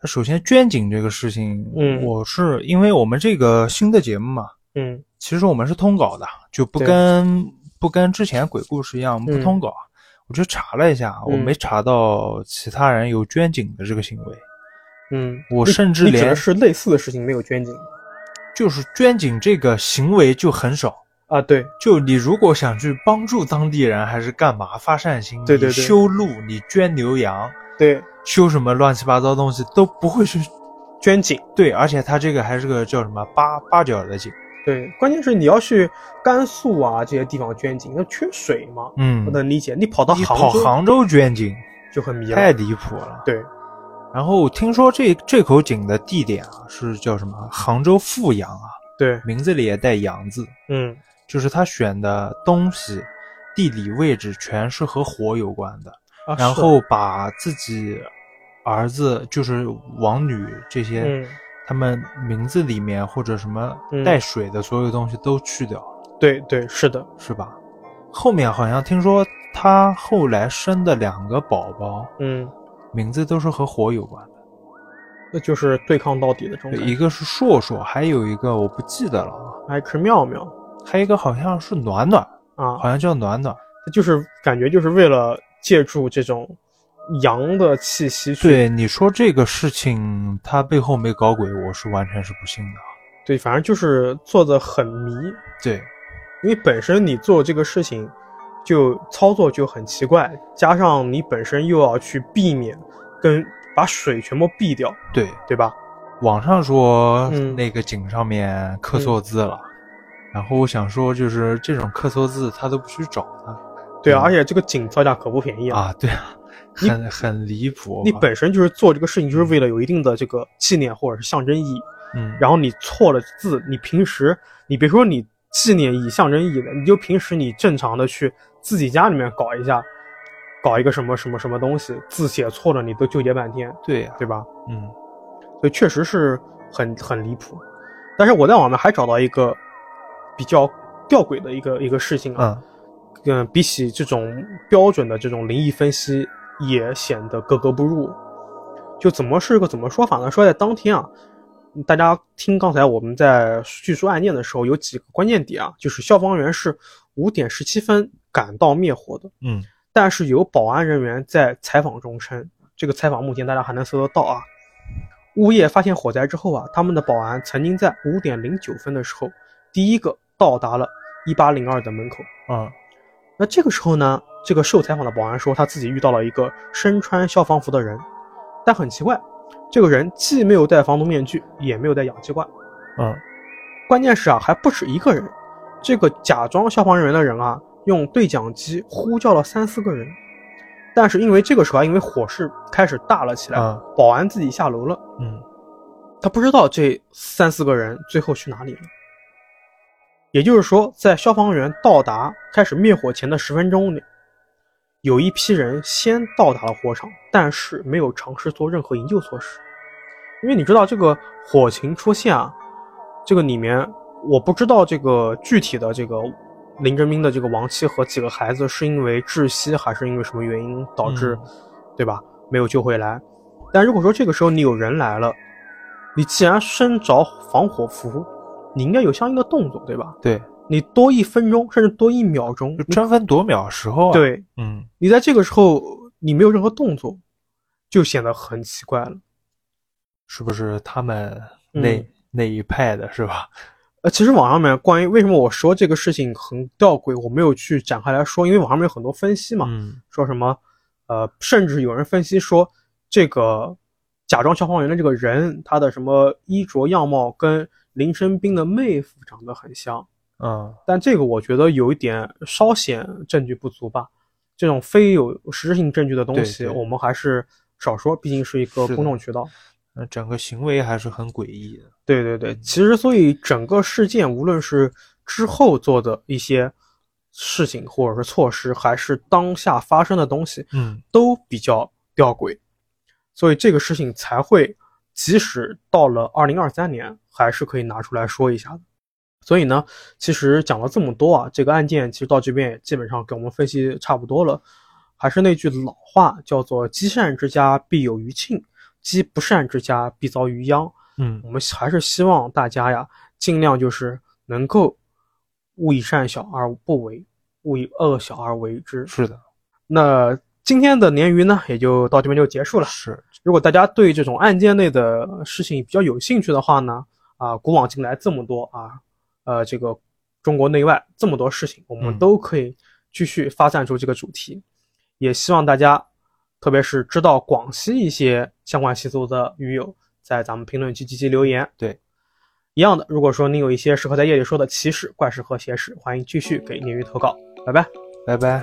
Speaker 2: 那首先捐井这个事情，
Speaker 1: 嗯
Speaker 2: 我是因为我们这个新的节目嘛，
Speaker 1: 嗯
Speaker 2: 其实我们是通稿的，就不
Speaker 1: 对
Speaker 2: 跟不跟之前鬼故事一样，我们不
Speaker 1: 嗯
Speaker 2: 通稿。我去查了一下，我
Speaker 1: 嗯
Speaker 2: 没查到其他人有捐井的这个行为，
Speaker 1: 嗯，
Speaker 2: 我
Speaker 1: 你
Speaker 2: 甚至
Speaker 1: 你指
Speaker 2: 连
Speaker 1: 的是类似的事情没有捐进
Speaker 2: 就是捐井这个行为就很少。
Speaker 1: 啊？对，
Speaker 2: 就你如果想去帮助当地人，还是干嘛发善心，
Speaker 1: 对对
Speaker 2: 你
Speaker 1: 对
Speaker 2: 修路，你捐牛羊，
Speaker 1: 对，
Speaker 2: 修什么乱七八糟东西都不会去。
Speaker 1: 捐井。
Speaker 2: 对，而且他这个还是个叫什么八八角的井，
Speaker 1: 对，关键是你要去甘肃啊这些地方捐井，那缺水嘛，
Speaker 2: 嗯
Speaker 1: 不，能理解。你跑到
Speaker 2: 你
Speaker 1: 杭
Speaker 2: 跑
Speaker 1: 州
Speaker 2: 杭州捐井，
Speaker 1: 就很迷了。
Speaker 2: 太离谱了。
Speaker 1: 对，
Speaker 2: 然后听说这这口井的地点啊是叫什么？杭州富阳啊，
Speaker 1: 对，
Speaker 2: 名字里也带“阳”字，
Speaker 1: 嗯
Speaker 2: 就是他选的东西、地理位置全是和火有关的。
Speaker 1: 啊，
Speaker 2: 然
Speaker 1: 是
Speaker 2: 后把自己儿子，就是王女这些，
Speaker 1: 嗯，
Speaker 2: 他们名字里面或者什么
Speaker 1: 嗯
Speaker 2: 带水的所有东西都去掉，
Speaker 1: 对对是的，
Speaker 2: 是吧？后面好像听说他后来生的两个宝宝
Speaker 1: 嗯，
Speaker 2: 名字都是和火有关的，
Speaker 1: 那就是对抗到底的这种
Speaker 2: 对
Speaker 1: 感
Speaker 2: 一
Speaker 1: 觉，
Speaker 2: 个是硕硕，还有一个我不记得了啊，
Speaker 1: 还是妙妙
Speaker 2: 还有一个好像是暖暖，
Speaker 1: 啊，
Speaker 2: 好像叫暖暖。
Speaker 1: 它就是感觉就是为了借助这种阳的气息去
Speaker 2: 对你说这个事情，他背后没搞鬼，我是完全是不信的。
Speaker 1: 对，反正就是做的很迷，
Speaker 2: 对，
Speaker 1: 因为本身你做这个事情，就操作就很奇怪，加上你本身又要去避免跟把水全部避掉，
Speaker 2: 对，
Speaker 1: 对吧？
Speaker 2: 网上说、
Speaker 1: 嗯
Speaker 2: 那个井上面刻错字了，然后我想说，就是这种刻错字，他都不去找他
Speaker 1: 对啊，
Speaker 2: 嗯
Speaker 1: 而且这个井造价可不便宜啊！
Speaker 2: 啊，对啊，
Speaker 1: 你
Speaker 2: 很很离谱。啊
Speaker 1: 你本身就是做这个事情，就是为了有一定的这个纪念或者是象征意义。
Speaker 2: 嗯，
Speaker 1: 然后你错了字，你平时你别说你纪念意义、象征意义了，你就平时你正常的去自己家里面搞一下，搞一个什么什么什么东西，字写错了你都纠结半天，
Speaker 2: 对呀、
Speaker 1: 对吧？
Speaker 2: 嗯，
Speaker 1: 所以确实是很很离谱。但是我在网上还找到一个比较吊诡的一个一个事情啊，
Speaker 2: 嗯，
Speaker 1: 嗯、比起这种标准的这种灵异分析，也显得格格不入。就怎么是个怎么说法呢？说在当天啊，大家听刚才我们在叙述案件的时候，有几个关键点啊，就是消防员是五点十七分赶到灭火的，
Speaker 2: 嗯，
Speaker 1: 但是有保安人员在采访中称，这个采访目前大家还能搜得到啊。物业发现火灾之后啊，他们的保安曾经在五点零九分的时候，第一个到达了一八零二的门口。
Speaker 2: 嗯，
Speaker 1: 那这个时候呢，这个受采访的保安说他自己遇到了一个身穿消防服的人，但很奇怪，这个人既没有戴防毒面具，也没有戴氧气罐，
Speaker 2: 嗯，
Speaker 1: 关键是啊，还不止一个人。这个假装消防人员的人啊，用对讲机呼叫了三四个人，但是因为这个时候啊，因为火势开始大了起来，
Speaker 2: 嗯
Speaker 1: 保安自己下楼了，
Speaker 2: 嗯，
Speaker 1: 他不知道这三四个人最后去哪里了。也就是说，在消防员到达开始灭火前的十分钟里，有一批人先到达了火场，但是没有尝试做任何营救措施，因为你知道这个火情出现啊，这个里面我不知道这个具体的这个林正斌的这个亡妻和几个孩子是因为窒息还是因为什么原因导致，
Speaker 2: 嗯
Speaker 1: 对吧？没有救回来。但如果说这个时候你有人来了，你既然身着防火服，你应该有相应的动作，对吧？
Speaker 2: 对，
Speaker 1: 你多一分钟，甚至多一秒钟
Speaker 2: 就，争分夺秒时候啊。，
Speaker 1: 对
Speaker 2: 嗯，
Speaker 1: 你在这个时候你没有任何动作，就显得很奇怪了。
Speaker 2: 是不是他们那、
Speaker 1: 嗯
Speaker 2: 那一派的是吧？
Speaker 1: 呃，其实网上面关于为什么我说这个事情很吊诡，我没有去展开来说，因为网上面有很多分析嘛，
Speaker 2: 嗯，
Speaker 1: 说什么，呃，甚至有人分析说，这个假装消防员的这个人，他的什么衣着样貌跟林生斌的妹夫长得很像，
Speaker 2: 嗯，
Speaker 1: 但这个我觉得有一点稍显证据不足吧。这种非有实质性证据的东西，
Speaker 2: 对对
Speaker 1: 我们还是少说，毕竟是一个
Speaker 2: 是的
Speaker 1: 公众渠道。
Speaker 2: 那整个行为还是很诡异的。
Speaker 1: 对对对，其实所以整个事件，无论是之后做的一些事情或者是措施，还是当下发生的东西，
Speaker 2: 嗯，
Speaker 1: 都比较吊诡，所以这个事情才会，即使到了二零二三年，还是可以拿出来说一下的。所以呢，其实讲了这么多啊，这个案件其实到这边也基本上给我们分析差不多了。还是那句老话，叫做“积善之家必有余庆，积不善之家必遭余殃”。
Speaker 2: 嗯
Speaker 1: 我，们还是希望大家呀，尽量就是能够勿以善小而不为，勿以恶小而为之。
Speaker 2: 是的，
Speaker 1: 那今天的鲶鱼呢，也就到这边就结束了。
Speaker 2: 是，
Speaker 1: 如果大家对这种案件类的事情比较有兴趣的话呢，啊，古往今来这么多啊，呃，这个中国内外这么多事情，我们
Speaker 2: 嗯
Speaker 1: 都可以继续发散出这个主题。也希望大家，特别是知道广西一些相关习俗的鱼友，在咱们评论区积极留言。
Speaker 2: 对，
Speaker 1: 一样的，如果说你有一些适合在夜里说的奇事、怪事和邪事，欢迎继续给鲶鱼投稿。拜拜。
Speaker 2: 拜拜。